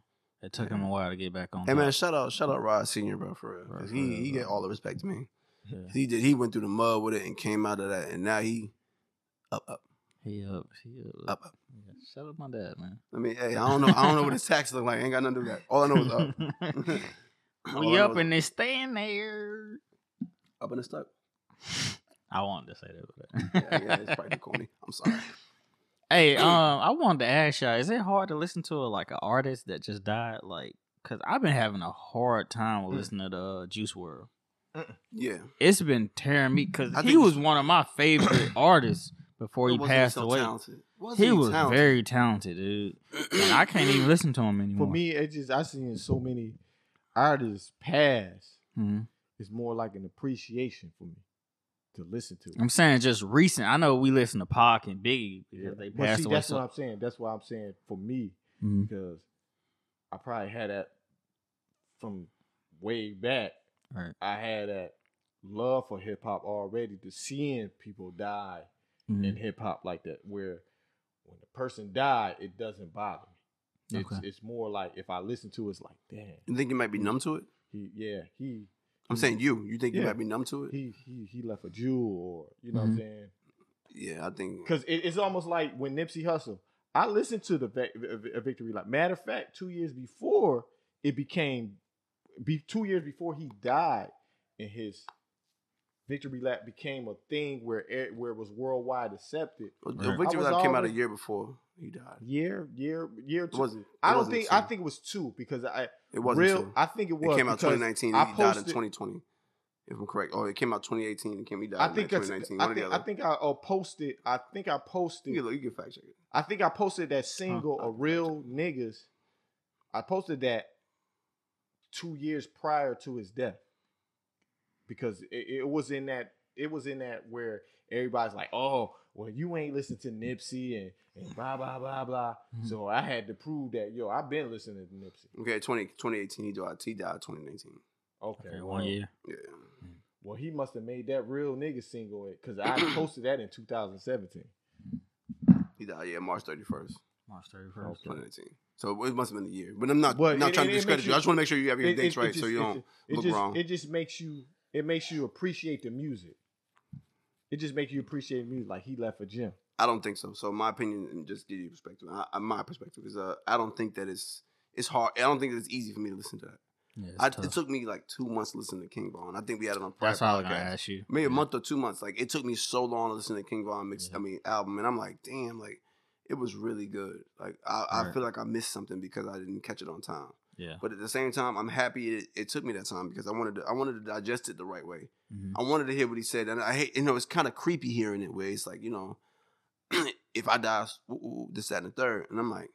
it took him a while to get back on.
Hey man,
top.
shout out, shout out Rod Senior, bro, for real. 'Cause
For
he
real,
he
bro.
get all the respect to me.
Yeah.
He did. He went through the mud with it and came out of that, and now he up up
He up. He up.
up up.
Yeah. Shout out my dad, man.
I mean, hey, I don't know, I don't know what his tax look like. Ain't got nothing to do with that. All I know is up, All I
we
know
up
is-
and they staying there.
up and it's stuck.
I wanted to say that.
Yeah,
But uh,
yeah, it's probably corny. I'm sorry.
Hey, um, I wanted to ask y'all: Is it hard to listen to like an artist that just died? Like, cause I've been having a hard time with
Mm.
listening to uh, Juice World.
Yeah,
It's been tearing me because
I
he
think-
was one of my favorite artists before he
Wasn't
passed
so
away.
Talented. Wasn't
He was
talented?
very talented, dude. And I can't even listen to him anymore.
For me, it just I seen so many artists pass.
Mhm.
It's more like an appreciation for me to listen to.
I'm saying just recent. I know we listen to Pac and Biggie because they
But
passed
see,
away.
that's
So,
what I'm saying. That's why I'm saying for me
Mhm.
because I probably had that from way back.
Right.
I had that love for hip hop already to seeing people die
Mhm.
in hip hop like that, where when the person died, it doesn't bother me. It's
Okay.
it's more like if I listen to it, it's like, damn,
You think you might be numb to it?
he yeah, he
I'm saying you. You think you
Mm-hmm. Yeah.
might be numb to it?
he he he left a jewel or you know
Mhm.
what I'm saying?
Yeah, I think.
Because it, it's almost like when Nipsey Hussle, I listened to the Vic- a victory like matter of fact, two years before it became be two years before he died and his victory lap became a thing where it, where it was worldwide accepted
Well,
Right.
The Victory
I was
Lap came out a
always-
year before he died.
year year year
It
two.
wasn't.
I
it
don't
wasn't
think
two.
I think it was two because I
it wasn't.
real
two.
I think it
It
was
came out
because
2019.
I
And he died in
posted-
2020. If I'm correct, oh, it came out 2018. And Kim, he died
I
in
think that's,
2019.
I
One or the
think I
other.
think I uh, posted I think I
you,
posted
can, look- you can fact check it.
I think I posted that single
Huh.
a real niggas I posted that two years prior to his death because it, it was in that it was in that where everybody's like oh well you ain't listening to Nipsey and, and blah blah blah blah
Mm-hmm.
Mhm.
so I had to prove that yo I've been listening to Nipsey
Okay, 20, 2018. He died. He died 2019.
okay,
Okay,
well,
one year.
Yeah.
Well, he must have made that real nigga single because I posted that in 2017.
He died. Yeah, March 31st,
March 31st.
Okay.
2019. So it must have been the year. But I'm not.
But
I'm not
it-
trying
it-
to
it
discredit
makes
you. I
you-
just want to make sure you have your
It-
dates
it- it
right, so
just-
you
it
don't.
ju- it
look
just,
wrong.
It just makes you. It makes you appreciate the music. It just makes you appreciate music. Like he left a gym.
I don't think so. So my opinion, and just give you perspective. I, I- my perspective is, uh, I don't think that it's it's hard. I don't think that it's easy for me to listen to that.
Yeah, it's
I,
tough.
it took me like two months to listen to King Von. I think we had it on. prior
That's all I'm gonna
podcast.
ask you.
maybe a
Yeah.
month or two months. Like it took me so long to listen to King Von mix.
Yeah.
I mean album, and I'm like, damn, like it was really good. Like I, I
Right.
feel like I missed something because I didn't catch it on time.
Yeah.
But at the same time, I'm happy it, it took me that time because I wanted to I wanted to digest it the right way.
Mhm.
I wanted to hear what he said, and I hate you know it's kind of creepy hearing it where it's like you know if I die, ooh, ooh, this that and the third, and I'm like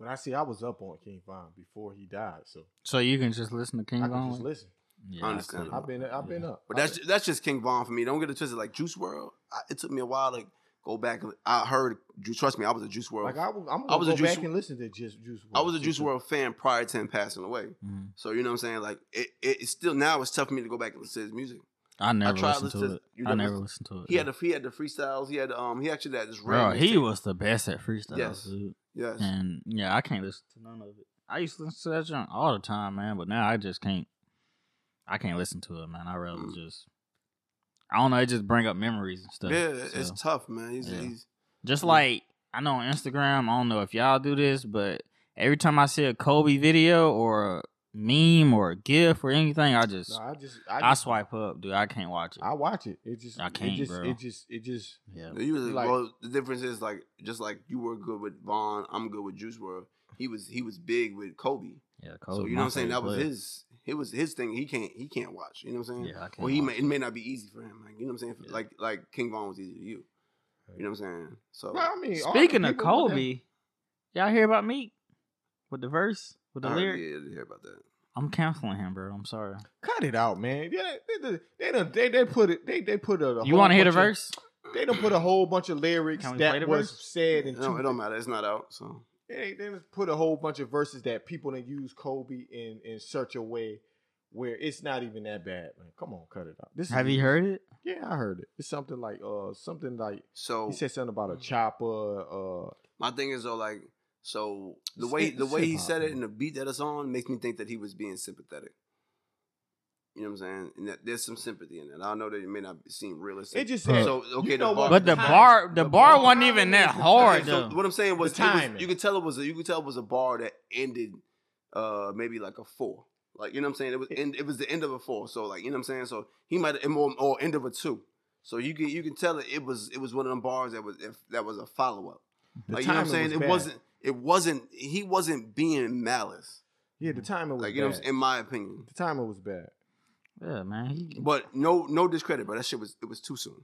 But I see I was up on King Von before he died, so
So you can just listen to King
I can just
Von.
listen.
Yeah,
I understand.
I've been I've been up.
But that's that's just King Von for me. Don't get it twisted. Like Juice World, I, it took me a while to go back. I heard, trust me, I was a Juice World.
like I was. I'm gonna
I was
go
a Juice
back and listen to Juice Juice.
I was a
WRLD.
Juice World fan prior to him passing away.
Mhm.
So you know what I'm saying? Like it, it, it's still now it's tough for me to go back and listen to his music.
I never
tried
listened
listen-
to it.
you
I
never-
never listened to it.
He had the he had the freestyles. He had um he actually had this
Bro,
random
he
tape.
was the best at freestyle,
Yes.
dude.
yes.
And yeah, I can't listen to none of it. I used to listen to that junk all the time, man, but now I just can't. I can't listen to it, man. I rather
Mm.
just. I don't know. It just bring up memories and stuff.
yeah, it's
so.
tough, man. He's,
yeah.
he's
Just like I know on Instagram, I don't know if y'all do this, but every time I see a Kobe video or a meme or a GIF or anything, I just
No, I just
I,
I, just,
swipe up, dude. I can't watch it.
I watch it. It just
I can't,
It just,
bro.
it just it just
yeah,
you was
Like-
well, the difference is like just like you were good with Vaughn, I'm good with Juice World. He was he was big with Kobe.
yeah. Kobe,
So you
my
know what I'm saying? That
favorite
was
player.
his it was his thing. He can't he can't watch. You know what I'm saying?
Yeah, I can't.
Well, he
watch
may,
it.
it may not be easy for him. Like you know what I'm saying?
Yeah.
Like like King Von was easy to you. You know what I'm saying? So
Well, I mean, all the
Speaking of
people who
Kobe, y'all hear about Meek with the verse with the
I
lyric?
already had to hear about that.
I'm canceling him, bro. I'm sorry.
Cut it out, man. Yeah, they they they, done- they, they put it. They they put a. a
You
whole
want to hear the
bunch of-
verse?
They don't put a whole bunch of lyrics
Can we play the
that was
verse?
said
It
and
don't, it don't matter. It's not out. So
they, they just put a whole bunch of verses that people done use Kobe in in such a way where it's not even that bad, man. Come on, cut it out. This is-
Have you heard it?
Yeah, I heard it. It's something like uh something like
so
he said something about
Oh.
a chopper. Uh,
my thing is though like so the
It's
way
hip-
the
it's
way he
hip-hop,
said it
man.
and the beat that it's on makes me think that he was being sympathetic. You know what I'm saying? And that there's some sympathy in it. I know that it may not seem realistic.
it just
Bro.
so
so okay,
you know
the bar,
what
But the
time-
bar, the
the
bar
bar
wasn't
time
even
is
that
the time.
hard
Okay, so
though.
what I'm saying was,
The
it was-
timing.
you could tell it was a, you could tell it was a bar that ended uh maybe like a four. Like you know what I'm saying? It was end, it was the end of a four. So like you know what I'm saying? So he might or, or end of a two. So you can you can tell it, it was it was one of them bars that was that was a follow up.
the
Like you know what I'm saying?
timing was
it
bad.
wasn't it wasn't he wasn't being malice.
Yeah, the timing was
Like
bad.
you know what I'm, in my opinion.
the timing was bad.
yeah, man. He,
But no no discredit, but that shit was it was too soon.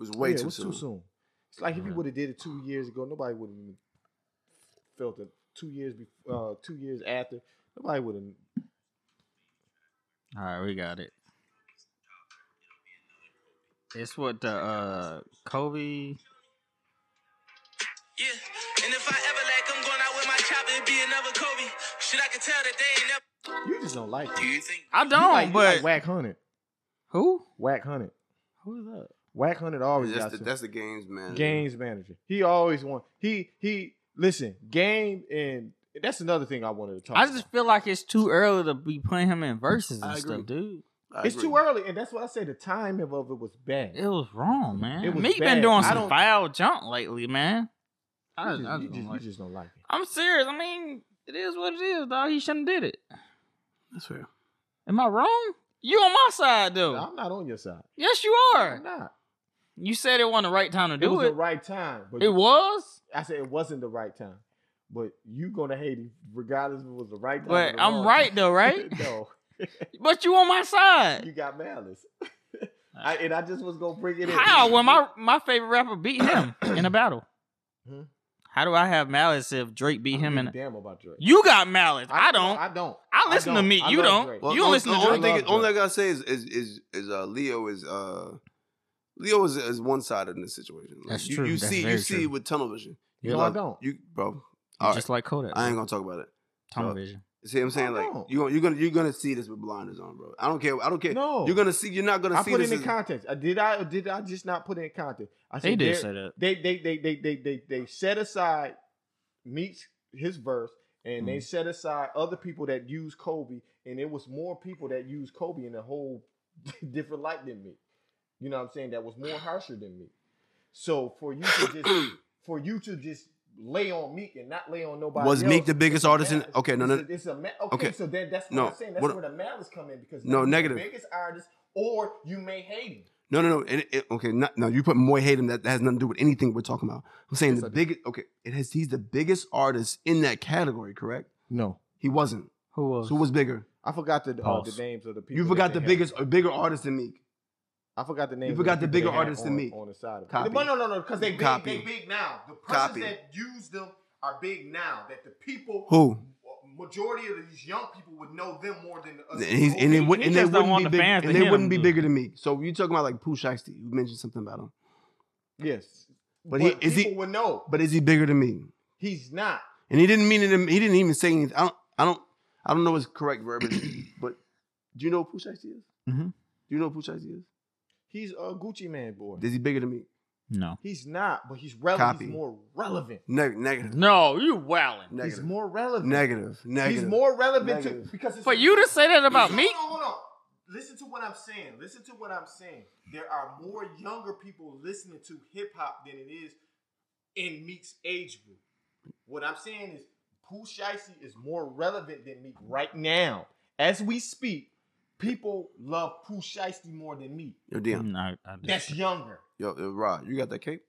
It was way
yeah,
too,
it was
soon. Uh-huh.
too soon. It's like if you
Yeah.
would have did it two years ago, nobody would have felt it. Two years before, uh, two years after, nobody would have.
all right, we got it. It's what the uh, Kobe.
Yeah, and if I ever lack, I'm going out with my chopper and be another Kobe. Shit, I can tell that they ain't never.
You just don't like it. You
you think?
I don't,
like, you
but
like whack hunted,
who?
whack hunted,
Who's that?
whack hunted. Always
That's
got
the,
some-
that's the games, man.
games manager. He always won. He he. Listen, game and that's another thing I wanted to talk.
I just
about.
feel like it's too early to be putting him in verses and
I agree.
stuff, dude.
I
it's
agree.
too early, and that's why I say the timing of it was bad.
It was wrong, man.
It was
Meek been
bad.
doing
I
some
don't-
foul junk lately, man. I,
you,
I
just,
just
you,
don't
just,
like
you just don't like it.
I'm serious. I mean, it is what it is, dog. He shouldn't did it.
That's fair.
Am I wrong? You on my side though.
I'm not on your side.
yes, you
I'm
are.
not.
You said it wasn't the right time to
It
do
was
it.
the right time. But
it was,
I said it wasn't the right time. But you gonna hate him regardless if it was the right time. or
but
the
I'm
wrong
right
time.
though, right?
no,
but you on my side.
you got malice. I, and I just was gonna bring it in.
How when my my favorite rapper beat him in a battle?
Hmm?
How do I have malice if Drake
I
beat him
don't give
in?
a
A,
damn about Drake.
you got malice. I, don't.
I don't.
I listen to
don't.
Meek.
I
You
love
don't.
Drake.
You don't
on-
listen to
the only
Drake.
thing, only thing I gotta say is is is, is uh, Leo is uh, Leo is, is one sided in this situation. Like,
That's
you,
true.
You
That's
see,
very
you see
true.
with tunnel vision.
Yeah.
You
No, I
like-
don't.
You bro, all
You're
right.
just like Kodak.
I ain't gonna talk about it.
television.
See, what I'm saying
I
like
don't.
you you're gonna you're gonna see this with blinders on, bro. I don't care. I don't care.
No.
you're gonna see. You're not gonna
I
see
put
this.
it in
as-
context. I did I or did I just not put it in context? I
They
said
did
there-
say that.
they they they they they they, they set aside meets his verse and
Mm-hmm.
they set aside other people that use Kobe and it was more people that used Kobe in a whole different light than me. You know what I'm saying? That was more harsher than me. So for you to just for you to just lay on Meek and not lay on nobody
Was
else,
Meek the biggest
it's a
artist in-
malice.
okay, no,
It's
no.
a- it's a ma- okay,
Okay.
so that, that's what
No,
I'm saying. That's
what-
where the malice come in because
No,
now he's
negative.
The biggest artist, or you may hate him.
No, no, no. It, it, okay, not, no. You put Moy Hayden. That, that has nothing to do with anything we're talking about. I'm saying
Yes,
the
I did.
biggest. Okay, it has. He's the biggest artist in that category. Correct.
No,
He wasn't.
Who
So
was?
who was bigger?
I forgot the uh, the
Pause.
names of the people.
You
that
forgot
they
the
had.
biggest, a bigger artist than Meek.
I forgot the name.
forgot the bigger artists
artists
than me.
on the side of it.
Copy.
No, no, no, no, because they big,
Copy.
they big now. The
Copy.
persons that used them are big now that the people
Who?
majority of these young people would know them more than us.
And, he's, and they, would,
he
and they
just don't
wouldn't be
want the
big,
fans to
and they
hit him,
wouldn't be
dude.
bigger than me. So you talking about like Pooh Shiesty? You mentioned something about him,
yes,
but,
but
he is
people
he?
would know.
But is he bigger than me?
He's not.
And he didn't mean it. in- He didn't even say anything. I don't. I don't. I don't know his correct verbiage. but do you know who Pooh Shiesty is?
Mm-hmm.
Mhm.
Do you know who Pooh Shiesty is?
He's a Gucci man boy.
Is he bigger than me?
No.
He's not, but he's relevant. He's
Copy.
more relevant.
Neg- negative.
No, you wildin'.
Negative.
He's more relevant.
negative. Negative.
He's more relevant to
Negative.
because it's
For you to say that about me?
Hold on, hold on. Listen to what I'm saying. Listen to what I'm saying. There are more younger people listening to hip hop than it is in Meek's age group. What I'm saying is Pooh Shiesty is more relevant than Meek right now. As we speak, people love Pooh Shiesty more than Meek.
Yo, damn.
No, Mm, I just-
That's younger.
Yo, yo, Rod, you got that cape?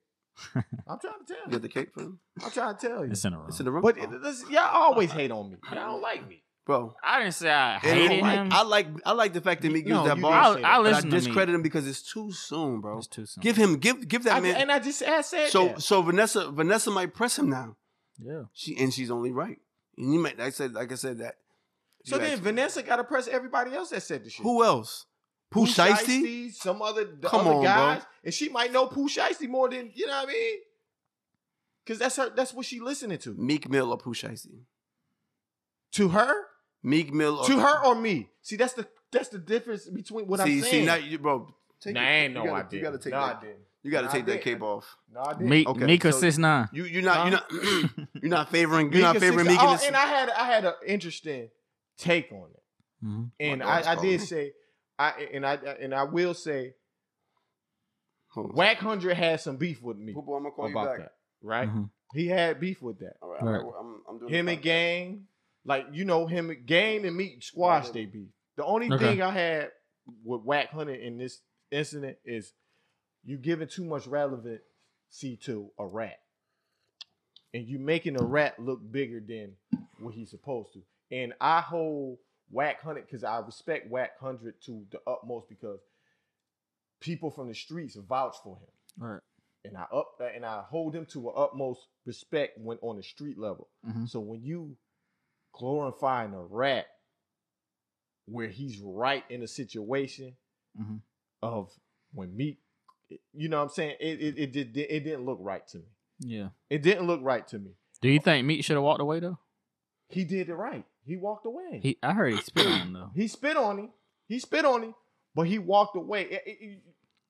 I'm trying to tell
You
you.
got the cape for him?
I'm trying to tell you.
it's in a row.
It's in the room. Oh,
But it- this- y'all always hate on me. Y'all don't like me.
bro,
I didn't say I
and
hated
I,
him.
like, I like I like the fact that Meek
No,
used that
you
ball.
didn't
I,
say
I
but I
listen to me.
discredit him because it's too soon, bro.
It's too soon.
Give him, give give that
I,
man.
and I just I said
so
that.
so Vanessa Vanessa might press him now.
yeah.
She and she's only right. And you might I said like I said that.
So
you
then
asked-
Vanessa got to press everybody else that said the shit.
who else? Pooh
Pooh
Shiesty?
Shiesty, some other the
Come
other
on, bro.
guys, and she might know Pooh Shiesty more than you know what I mean. Cause that's her. That's what she listening to.
Meek Mill or Pooh Shiesty?
To her,
Meek Mill or
to her or me. See, that's the that's the difference between what
see,
I'm
see
saying.
now you bro. Take
nah,
it.
ain't no,
you
I
gotta,
didn't.
You gotta take
no, I
that.
didn't.
You gotta
Nah, I
take that
didn't.
cape off.
No, I didn't.
Me,
Okay,
Mika
so-
six nine.
You you're not
Huh?
you're not you're not favoring you're not
Meek is
favoring
six-
Meek in
oh,
this.
and I had I had an interesting take on it,
Mhm.
and
My dog's
I, I
calling
did
me.
say, I and I and I will say,
Hold on.
Whack Hundred had some beef with me
Pooh Boy, I'm gonna call you
about
back.
that, right?
Mm-hmm.
Mhm.
He had beef with that.
All right,
All
all
right.
right. well, I'm, I'm doing
him
the
and Game, like you know him, Game and Meek squash they beef. The only
Okay.
thing I had with Whack Hunter in this incident is you giving too much relevancy to a rat, and you making a rat look bigger than what he's supposed to. And I hold Whack Hunter because I respect Whack Hundred to the utmost because people from the streets vouch for him
Right.
and I up and I hold him to a utmost respect when on the street level.
Mhm.
So when you glorifying a rat where he's right in a situation
Mhm.
of when Meek, you know what I'm saying? It it it, did, it didn't look right to me.
Yeah.
It didn't look right to me.
Do you think Meek should have walked away though?
He did it right. He walked away.
He, I heard he spit on him though.
He spit on him. He spit on him, but he walked away. It- it- it-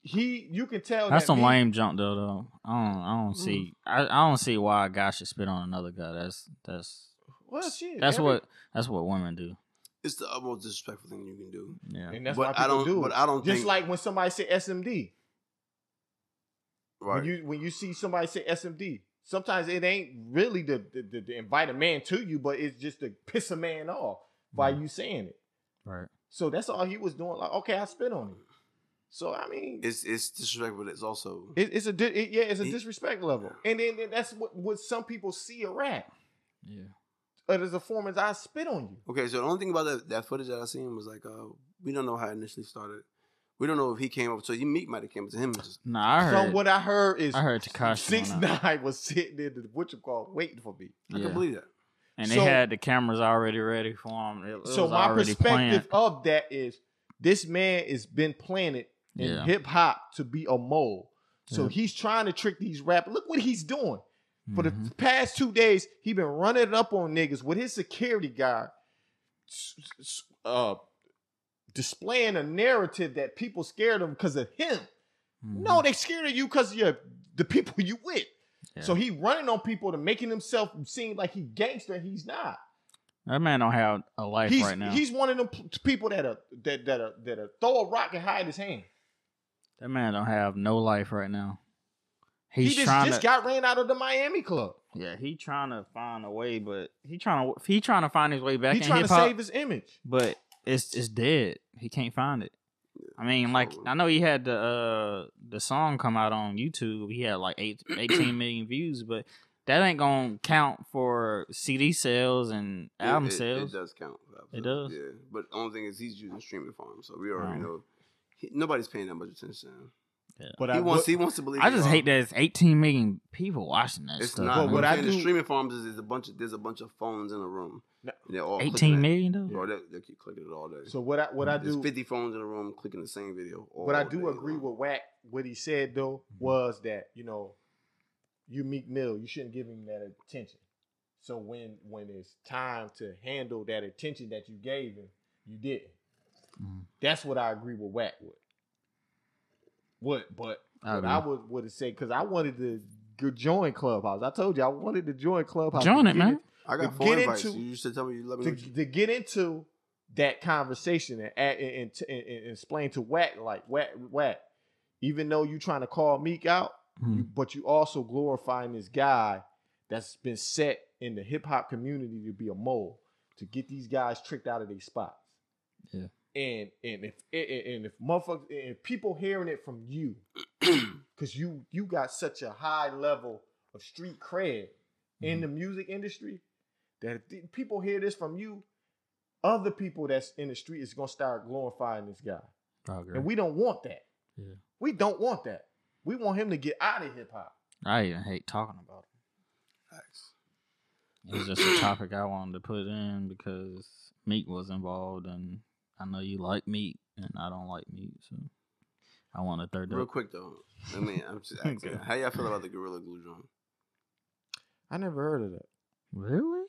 he you can tell
That's
that Mm.
some
Meek-
lame junk though. Though I don't, I don't see, I, I don't see why a guy should spit on another guy. That's that's
Well, shit,
that's
every-
what that's what women do.
It's the most disrespectful thing you can do.
Yeah.
and that's
but
why
I
people
don't.
do. it.
But I don't
Just
think.
like when somebody say SMD.
right.
When you when you see somebody say SMD, sometimes it ain't really to, to, to invite a man to you, but it's just to piss a man off by
Mm.
you saying it.
Right.
So that's all he was doing. Like, okay, I spit on him. So I mean,
it's it's disrespectful. But it's also
it, it's a di- it, yeah, it's a
It-
disrespect level, and then then that's what what some people see a rap.
Yeah.
It is a form as I spit on you.
okay. So the only thing about that, that footage that I seen was like, uh, we don't know how it initially started. We don't know if he came up. So you meet might have came up to him. and Just,
Nah, I heard.
So what I heard is
I heard Takashi.
six nine was sitting in the butcher call waiting for me.
I can believe that.
And they
So-
had the cameras already ready for him. It, it
so
was
my
already planned.
perspective of that is this man has been planted in
Yeah.
hip hop to be a mole. So
Yeah.
he's trying to trick these rappers. Look what he's doing. For
Mhm.
the past two days, he been running it up on niggas with his security guard, s- s- uh, displaying a narrative that people scared of because of him.
Mhm.
No, they scared of you because you're the people you with.
Yeah.
So he running on people to making himself seem like he gangster. and He's not
that man don't have a life
he's
right now.
he's one of them p- people that are that that are that are throw a rock and hide his hand.
That man don't have no life right now. He's
he just,
trying
just
to.
got ran out of the Miami club.
yeah, he trying to find a way, but he trying to he trying to find his way back
He
in
trying
hip
to
hop.
save his image.
but it's it's dead. He can't find it. I mean, like I know he had the uh the song come out on YouTube. He had like eight, 18 million views, but that ain't gonna count for CD sales and
It-
album
it,
sales.
It does count.
It does.
Yeah. But the only thing is he's using streaming for him, so we already
Oh.
know. He, nobody's paying that much attention. to him.
But
He
I
wants
would-
he wants to believe.
I
it's
just
wrong.
hate that it's 18 million people watching that
It's
stuff.
not.
Well,
what
what
I'm
I
saying the
do-
streaming farms is, is a bunch of there's a bunch of phones in a room.
No.
And they're all clicking
18
at-
million though.
Bro, they, they keep clicking it all day.
So what I what I
there's
do
50 phones in a room clicking the same video. all
But I
day
do agree
long.
with Wack. What he said though
Mm-hmm.
was that you know, you Meek Mill, you shouldn't give him that attention. So when when it's time to handle that attention that you gave him, you didn't.
Mhm.
That's what I agree with Wack with. What? But
I
what I
agree.
would would have said because I wanted to go join Clubhouse. I told you I wanted to join Clubhouse.
Join
to
it,
get
man.
in-
I
to
got four
get
invites.
into-
you should tell me. You let me.
to,
know what you-
to get into that conversation and act- and, and, and, and explain to Wack like Wack Wack, even though you trying to call Meek out, you, but you also glorifying this guy that's been set in the hip hop community to be a mole to get these guys tricked out of their spots.
Yeah.
And and if and and if motherfuckers and people hearing it from you, because you you got such a high level of street cred in the music industry that if the- people hear this from you, other people that's in the street is gonna start glorifying this guy,
I
and we don't want that.
Yeah.
We don't want that. We want him to get out of hip hop.
I even hate talking about it. It's just a topic I wanted to put in because meat was involved, and I know you like meat, and I don't like meat, so I want a third.
Real quick though. I mean, I'm just asking. How y'all feel about the Gorilla Glue joint?
I never heard of that.
Really?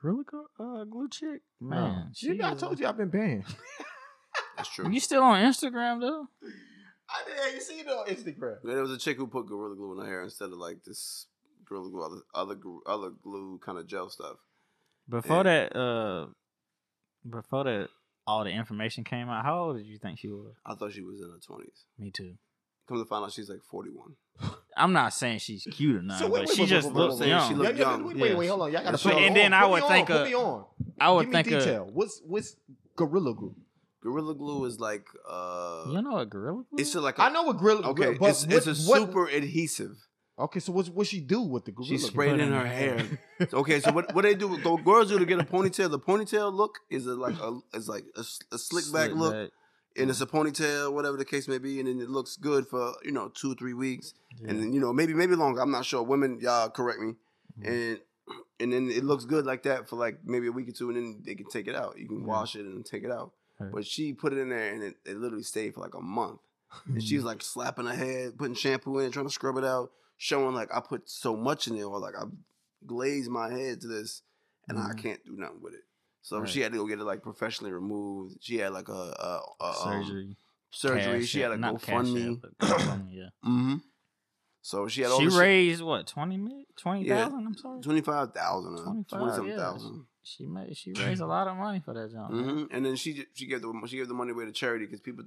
Gorilla Gl- uh, glue chick? Man, she
you know, I
is-
told you I've been banned.
That's true.
You still on Instagram though?
I didn't even see it on Instagram.
There was a chick who put Gorilla Glue in her hair instead of like this Gorilla Glue, other other, gr- other glue kind of gel stuff.
Before
Yeah.
that, uh, before that, all the information came out. How old did you think she was?
I thought she was in her twenties.
Me too.
Come to find out, she's like forty-one.
I'm not saying she's cute or not,
So wait,
but
wait,
she
wait,
just
wait, wait,
wait,
looks
wait,
young.
she
Y'all-
look
y'all-
young.
Wait, wait,
Yeah.
wait, hold on. Y'all gotta
But-
put me
and
on.
then I
Put me
would
on,
think
put
a-
me on.
I would
Give me
think a-
detail. What's what's Gorilla Glue?
Gorilla Glue is like uh,
you know what gorilla glue?
it's just like a,
I know what Gorilla
okay,
Glue, but
it's, it's
what-
a
what-
super adhesive.
Okay, so what's what she do with the Gorilla
She
Glue?
sprayed in her hair. okay, so what, what they do? What girls do to get a ponytail? The ponytail look is a, like a is like a, s- a slick back look, and it's a ponytail, whatever the case may be, and then it looks good for you know two three weeks, and then you know maybe maybe longer. I'm not sure. Women, y'all correct me,
Mm-hmm.
and and then it looks good like that for like maybe a week or two, and then they can take it out. You can
Yeah.
wash it and take it out.
Right.
But she put it in there, and it, it literally stayed for like a month. And she's
Mm-hmm.
like slapping her head, putting shampoo in, trying to scrub it out, showing like I put so much in there, or like I glazed my head to this, and I
Mhm.
can't do nothing with it. So
Right.
she had to go get it like professionally removed. She had like a, a, a surgery.
surgery.
surgery.
Cash
she
App-
had a
not Cash
GoFundMe.
App, but GoFundMe, yeah.
Mm-hmm. So she had all
she
this
raised what 20 mil- 20,000 I'm sorry.
twenty five thousand,
25,
twenty seven thousand.
She made she raised a lot of money for that job. man.
Mm-hmm. And then she ju- she gave the she gave the money away to charity because people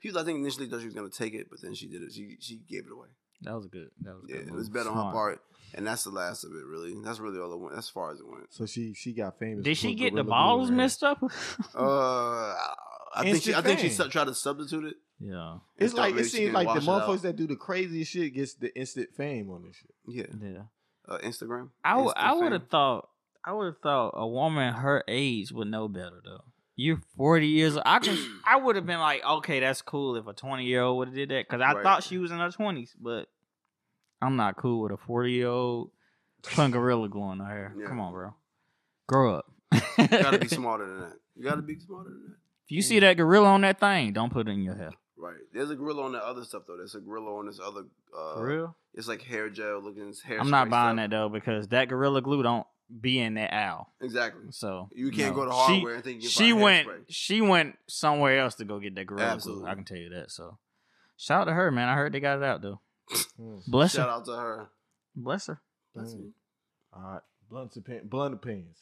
people I think initially thought she was gonna take it, but then she did it. She she gave it away.
That was good. That was a
Yeah,
good.
it
move.
was better on her
Smart.
part, and that's the last of it. Really, that's really all it went. As far as it went.
So she she got famous.
Did she
for
get the
Gorilla Glue
balls
in her hair.
messed up?
Hmm.
Uh, I think she I think she
Instant
su- tried to substitute it.
yeah.
and
It's
thought
like it
maybe she
seems
can
like the
wash it out.
motherfuckers that do the craziest shit gets the instant fame on this shit.
Yeah,
Yeah.
uh, Instagram.
I w-
Insta
I would
fame.
have thought I would have thought a woman her age would know better though. You're 40 years old. I just I would have been like, okay, that's cool if a 20 year old would have did that because I
Right.
thought she was in her 20s, but I'm not cool with a 40 year old putting gorilla glue in her hair.
Yeah.
Come on, bro, grow up.
You gotta be
if
smarter than that. You gotta be smarter than that.
you see that gorilla on that thing, don't put it in your hair.
Right. There's a gorilla on the other stuff though. There's a gorilla on this other. Uh,
For real,
It's like hair gel looking. Hair
I'm not buying that though because that gorilla glue don't be in that owl.
that. Exactly.
So
You can't
no.
go to
She-
hardware and think you can
she
buy
went
hairspray.
she went somewhere else to go get that gorilla
Absolutely.
glue. I can tell you that. So shout out to her, man. I heard they got it out though.
Mm.
Bless
Shout
her.
out to her.
Bless her.
That's
Mm.
me.
All right, blunt opinion, blunt opinions.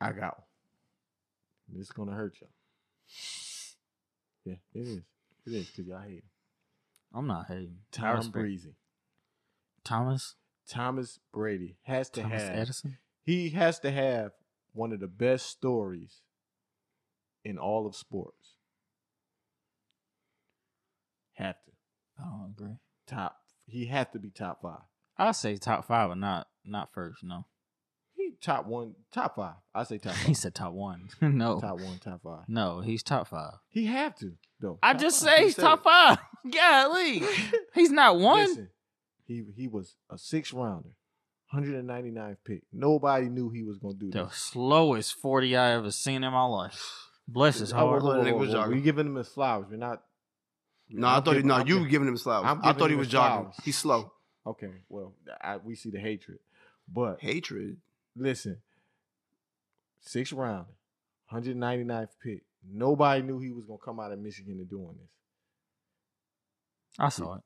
I got one. This gonna hurt y'all. Yeah, it is. It is because y'all hate him.
I'm not hating. I
Tom
respect-
Breezy,
Thomas
Thomas Brady has to
Thomas
have.
Edison.
He has to have one of the best stories in all of sports. Have to
I don't agree.
top. He have to be top five.
I say top five, but not not first. No.
He he top one, top five. I say top
He
five.
said top one. no,
top one, top five.
no, he's top five.
He have to though.
I just say he's top five. Golly, he's not one.
Listen, he he was a six rounder, 199th pick. Nobody knew he was gonna do
the
this.
slowest forty I ever seen in my life. Bless his
Oh, whoa,
heart.
whoa, whoa,
Nigga
whoa,
was
whoa.
jogging.
We giving him his flowers. We're not.
No, i
I'm
thought you.
giving-
No,
I'm
you
giving-
giving him his flowers.
I'm
I thought
giving
he
him
was
his
jogging.
flowers.
He's slow.
Okay, well, I, we see the hatred, but
Hatred.
listen, six round, 199th pick. Nobody knew he was gonna come out of Michigan to doing this.
I saw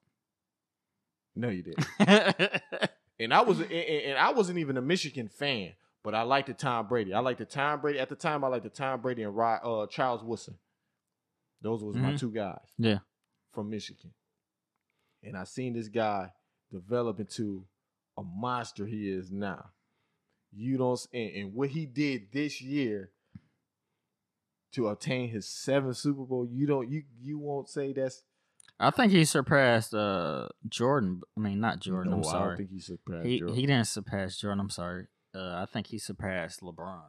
No, you didn't.
it.
And I was and, and and I wasn't even a Michigan fan, but I liked the Tom Brady. I liked the Tom Brady at the time. I liked the Tom Brady and Ry, uh, Charles Woodson. Those was my
Mhm.
two guys.
Yeah.
from Michigan. And I seen this guy develop into a monster he is now. You don't s- and, and what he did this year to obtain his seventh Super Bowl. You don't you you won't say that's
I think he surpassed uh Jordan. I mean, not Jordan.
No,
I'm
I don't
sorry.
think he surpassed
He
Jordan.
he didn't surpass Jordan. I'm sorry. Uh, I think he surpassed LeBron.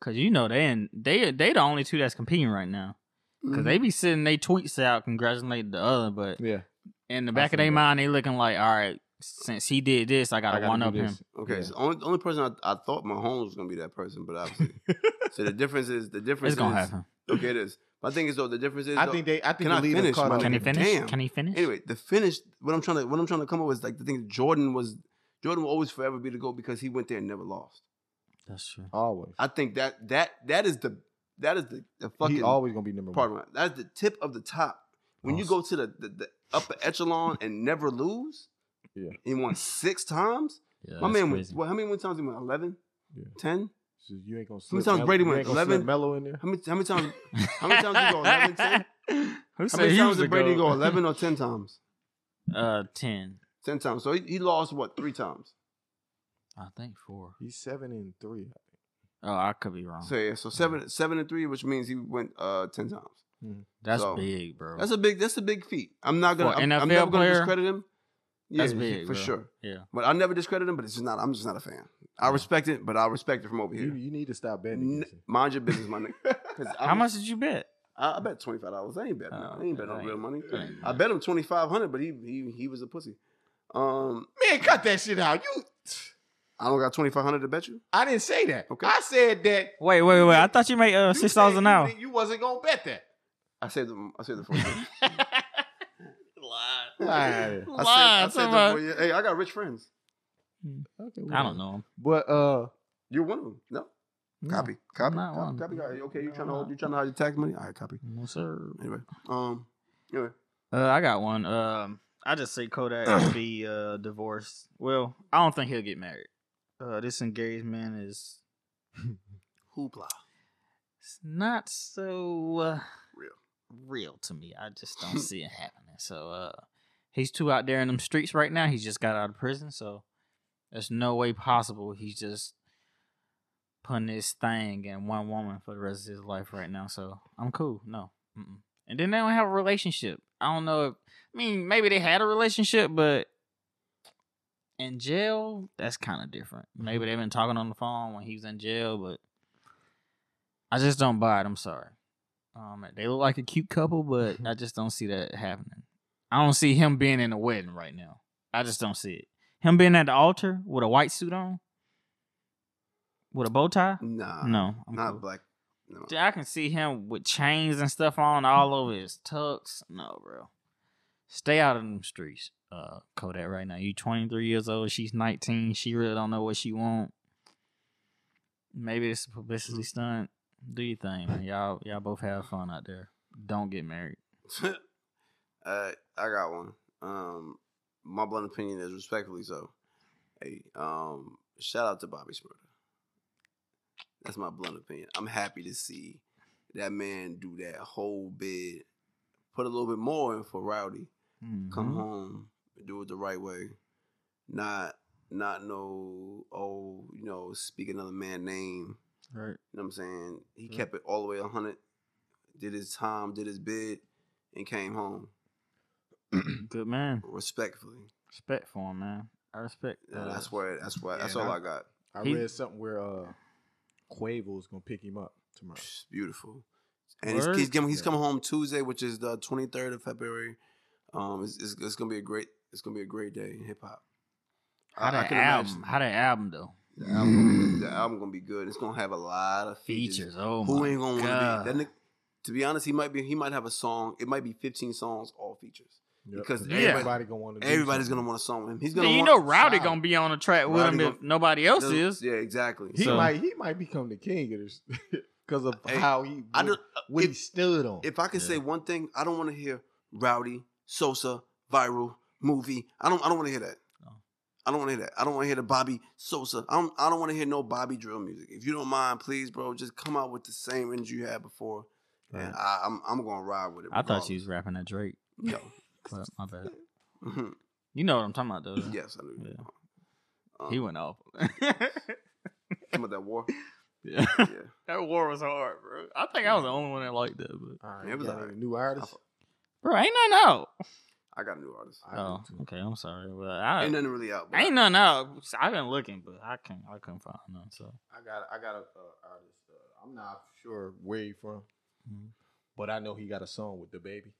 Cause you know they and they they the only two that's competing right now. Cause
Mm-hmm.
they be sitting they tweets out congratulating the other, but
yeah,
in the back
see
of their
that.
mind they looking like, all right, since he did this, I gotta,
gotta
one
do
up him.
this.
Okay,
Yeah.
so only only person I, I thought Mahomes was gonna be that person, but obviously. so the difference is the difference
It's gonna
is,
happen.
Okay, it is. My thing is though the difference is
I
though-
think they. I think
Can
the
I
leader
finish,
caught
my
up.
Can he
nigga?
finish?
Damn.
Can he finish?
anyway the finish. What I'm trying to what I'm trying to come up with is like the thing Jordan was Jordan will always forever be the goal because he went there and never lost.
That's true.
Always.
I think that that that is the that is the, the fucking
he always gonna be number
part
one.
of That's the tip of the top. When you go to the, the, the upper echelon and never lose,
Yeah.
and won six times.
Yeah,
My
that's
man
crazy.
went. Well, how many wins times he went? 11?
Yeah.
10?
So you ain't gonna.
many
slip
times
Mel-
Brady
you
went?
ain't gonna slip
11?
Melo in there.
How many? How many times? How many times you go? 11, 10?
Who
How
said
many
he
times
was
did
a
Brady go?
goat?
Eleven or ten times?
Uh, ten.
Ten times. So he, he lost what? Three times.
I think four.
He's seven and three. I think.
Oh, I could be wrong.
So yeah. So seven, seven and three, which means he went uh ten times.
that's
so-
big, bro.
That's a big. That's a big feat. I'm not gonna.
For
I'm,
an
I'm
NFL
never gonna
player,
discredit him. Yeah,
that's big
for
bro.
sure.
Yeah.
But I never discredit him. But it's just not. I'm just not a fan. I respect it, but I respect it from over
You,
here.
you need to stop betting.
N-
against him.
mind your business, my nigga. 'Cause
How
I'm-
much did you bet?
I, I bet twenty five dollars. I ain't bet. no.
Oh,
I ain't bet no
that
real
ain't-
money.
that ain't
I bet him twenty five hundred, but he he he was a pussy. Um,
Man, cut that shit out. You.
I don't got twenty five hundred to bet you.
I didn't say that.
Okay.
I said that.
Wait, wait, wait. I thought you made uh
you
six
said
dollars an
you
hour.
didn't- You wasn't gonna bet that.
I saved them. I saved them for you.
Alright.
I
Lie,
saved, I saved them
somebody-
for you. Hey, I got rich friends.
I
Okay, well.
don't know him.
But uh,
You're one of them. No.
No,
Copy. Copy.
not
copy,
one.
copy. copy. Okay, you trying
No,
to
I'm
hold,
not.
you trying to hide your tax money? All right, copy.
No, sir.
Anyway, um, anyway,
Uh, I got one. Um, I just say Kodak will be uh divorced. Well, I don't think he'll get married. Uh, this engagement is
hoopla.
it's not so uh,
Real.
real to me. I just don't see it happening. So uh, he's too out there in them streets right now. He's just got out of prison, so there's no way possible he's just putting this thing in one woman for the rest of his life right now. So I'm cool. No. Mm-mm. And then they don't have a relationship. I don't know if I mean maybe they had a relationship, but in jail that's kind of different.
Mm-hmm.
Maybe they've been talking on the phone when he was in jail, but I just don't buy it. I'm sorry. Um, they look like a cute couple, but
Mm-hmm.
I just don't see that happening. I don't see him being in a wedding right now. I just don't see it. Him being at the altar with a white suit on, with a bow tie.
Nah,
No, I'm
not
cool.
black. No.
Dude, I can see him with chains and stuff on all over his tux. No, bro. Stay out of them streets, uh, Kodak, right now. You 23 years old. She's 19. She really don't know what she want. Maybe it's a publicity stunt. Do your thing, man. Y'all, y'all both have fun out there. Don't get married.
uh, I got one. Um, my blunt opinion is respectfully so. Hey, um, shout out to Bobby Smurda. That's my blunt opinion. I'm happy to see that man do that whole bid, put a little bit more in for Rowdy. come
Mhm.
home and do it the right way. Not not no oh, you know, speak another man name.
Right.
You know what I'm saying? He kept it all the way hundred, did his time, did his bid, and came home.
Good man.
Respectfully.
Respect for him, man. I respect.
And
uh,
that's where that's where that's
Yeah,
all
nah.
I got.
I
He-
read something where uh, Quavo's gonna pick him up tomorrow.
It's beautiful. And he's,
Word?
he's, coming, he's
Yeah.
coming home Tuesday, which is the 23rd of February. Um, it's, it's, it's gonna be a great it's gonna be a great day in hip hop.
How that album? How that album though?
The album, the album gonna be good. It's gonna have a lot of features.
Mm. Features. Oh
Who
my
ain't gonna want
God.
to be? That nick- to be honest, he might be. He might have a song. It might be 15 songs, all features.
Yep.
Because
Cause
Yeah.
everybody gonna want to.
Everybody's gonna want a song with him. He's gonna.
Then you
want,
know Rowdy
Solid.
gonna be on the track with
Rowdy
him if
gonna-
nobody else
doesn't-
is.
Yeah, exactly.
He
So-
might he might become the king of this because of
Hey,
how he
I
what,
don't-
what he
if-
stood on.
If I could say one thing, I don't want to hear Rowdy Sosa viral movie. I don't. I don't want to hear that. I don't want to hear that. I don't want to hear the Bobby Sosa. I don't. I don't want to hear no Bobby drill music. If you don't mind, please, bro, just come out with the same energy you had before. And I, I'm I'm gonna ride with it.
I thought you was rapping at Drake,
No.
but my bad.
Mhm.
You know what I'm talking about though. right?
yes, I do.
Yeah.
Um,
He went off.
Talking about that war.
Yeah.
Yeah.
That war was hard, bro. I think I was the only one that liked that, but
All
it was
y'all need
alright.
a new artist.
bro, ain't nothing out.
I got a new artist.
I do
Oh,
too.
okay. I'm sorry. Well, I
Ain't nothing really out. but
ain't nothing out. I've been looking, but I can't. I couldn't find none. So
I got I got a uh, artist. Uh, I'm not sure where he from,
Mhm.
but I know he got a song with the baby,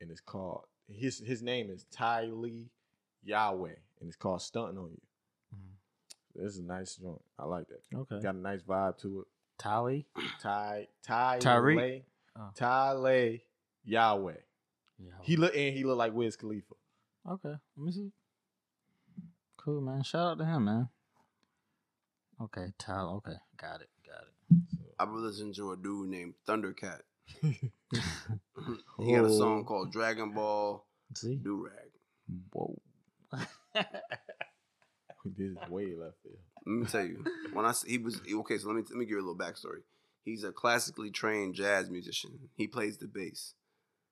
and it's called his his name is Ty Lee Yahweh, and it's called Stunting on You. This is a nice joint. I like that.
Mm-hmm. okay.
Got a nice vibe to
Tali.
it. Ty Ty
Tyreek?
Lay-
Oh.
Ty Lay Yahweh.
Yeah.
He look and he look like Wiz Khalifa.
Okay. Let me see. Cool, man. Shout out to him, man. Okay, Tyler. Okay, got it. Got it.
I was listening to a dude named Thundercat. he got a
Oh.
song called Dragon Ball
See.
Durag.
Whoa.
This is way left field.
Let me tell you, when I s- he was okay. So let me let me give you a little backstory. He's a classically trained jazz musician. He plays the bass.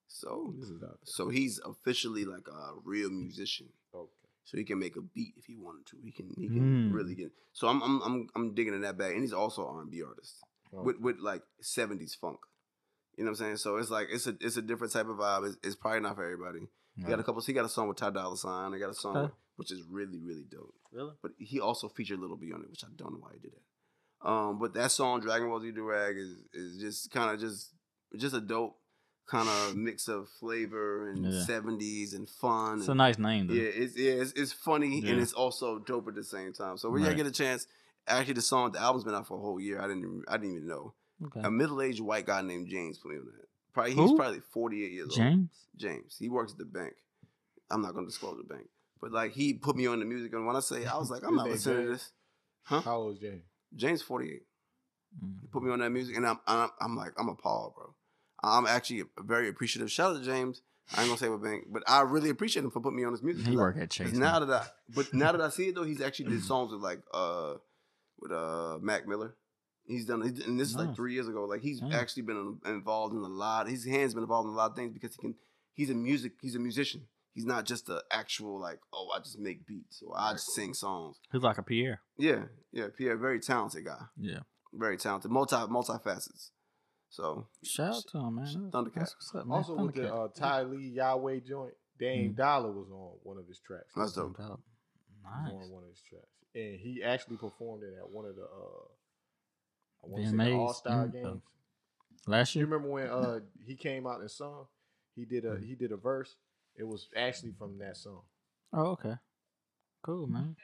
So
This is out there.
so he's officially like a real musician.
Okay. Hmm.
So he can make a beat if he wanted to. He can he can
Mm.
really get. So I'm I'm I'm I'm digging in that bag, and he's also R and B artist.
Oh.
with with like seventies funk. You know what I'm saying? So it's like it's a it's a different type of vibe. It's, it's probably not for everybody. He got a couple. He got a song with Ty Dolla Sign. I got a song
Okay.
which is really really dope.
Really?
But he also featured Little B on it, which I don't know why he did that. Um, but that song Dragon Ball Z Durag is is just kind of just just a dope kind of mix of flavor and
Yeah.
seventies and fun.
It's a
and-
nice name, though.
yeah, it's yeah, it's, it's funny
Yeah.
and it's also dope at the same time. So when y'all
Right.
get a chance, actually the song, the album's been out for a whole year. I didn't even, I didn't even know.
Okay.
A middle aged white guy named James put me on that. Probably he's
Who?
probably forty eight years old.
James.
James. He works at the bank. I'm not gonna disclose the bank. But like he put me on the music and when I say I was like, I'm
His
not
name
listening to
James?
this. Huh?
How old is James?
James forty eight.
Mm.
Put me on that music and I'm, I'm I'm like, I'm appalled, bro. I'm actually very appreciative. Shout out to James. I ain't gonna say what bank, but I really appreciate him for putting me on this music.
He
Like,
work at Chase.
Cause now that I, but now that I see it though, he's actually did songs with like uh with uh Mac Miller. He's done, he's, and this is like
Nice.
three years ago. Like he's
Damn.
actually been involved in a lot. His hands been involved in a lot of things because he can. He's a music. He's a musician. He's not just a actual like oh I just make beats or I just sing songs.
He's like a Pierre.
Yeah, yeah. Pierre, very talented guy.
Yeah.
Very talented. Multi multifacets. So
Shout out to him, man.
Thundercat.
That's what's up, man.
Also with the
Thundercat.
uh, Ty Lee Yahweh joint, Dame
Mm-hmm.
Dollar was on one of his tracks. He
that's
was
dope.
Dope.
on
Nice.
one of his tracks, and he actually performed it at one of the uh, I want to say
VMAs,
All Star
mm, oh.
games.
Last
Do you
year.
remember when uh he came out and sung? He did a he did a verse. It was actually from that song.
Oh, okay. Cool,
Mm-hmm.
man.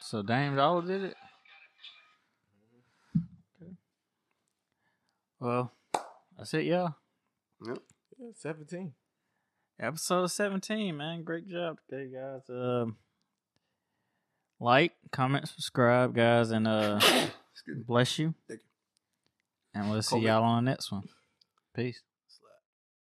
So Dame Dollar did it. Okay. Well, that's it, y'all.
Yeah, seventeen.
Episode seventeen, man. Great job today, guys. Um, like, comment, subscribe, guys, and uh,
Excuse me.
bless you.
Thank you.
And we'll see
Covid.
y'all on the next one. Peace.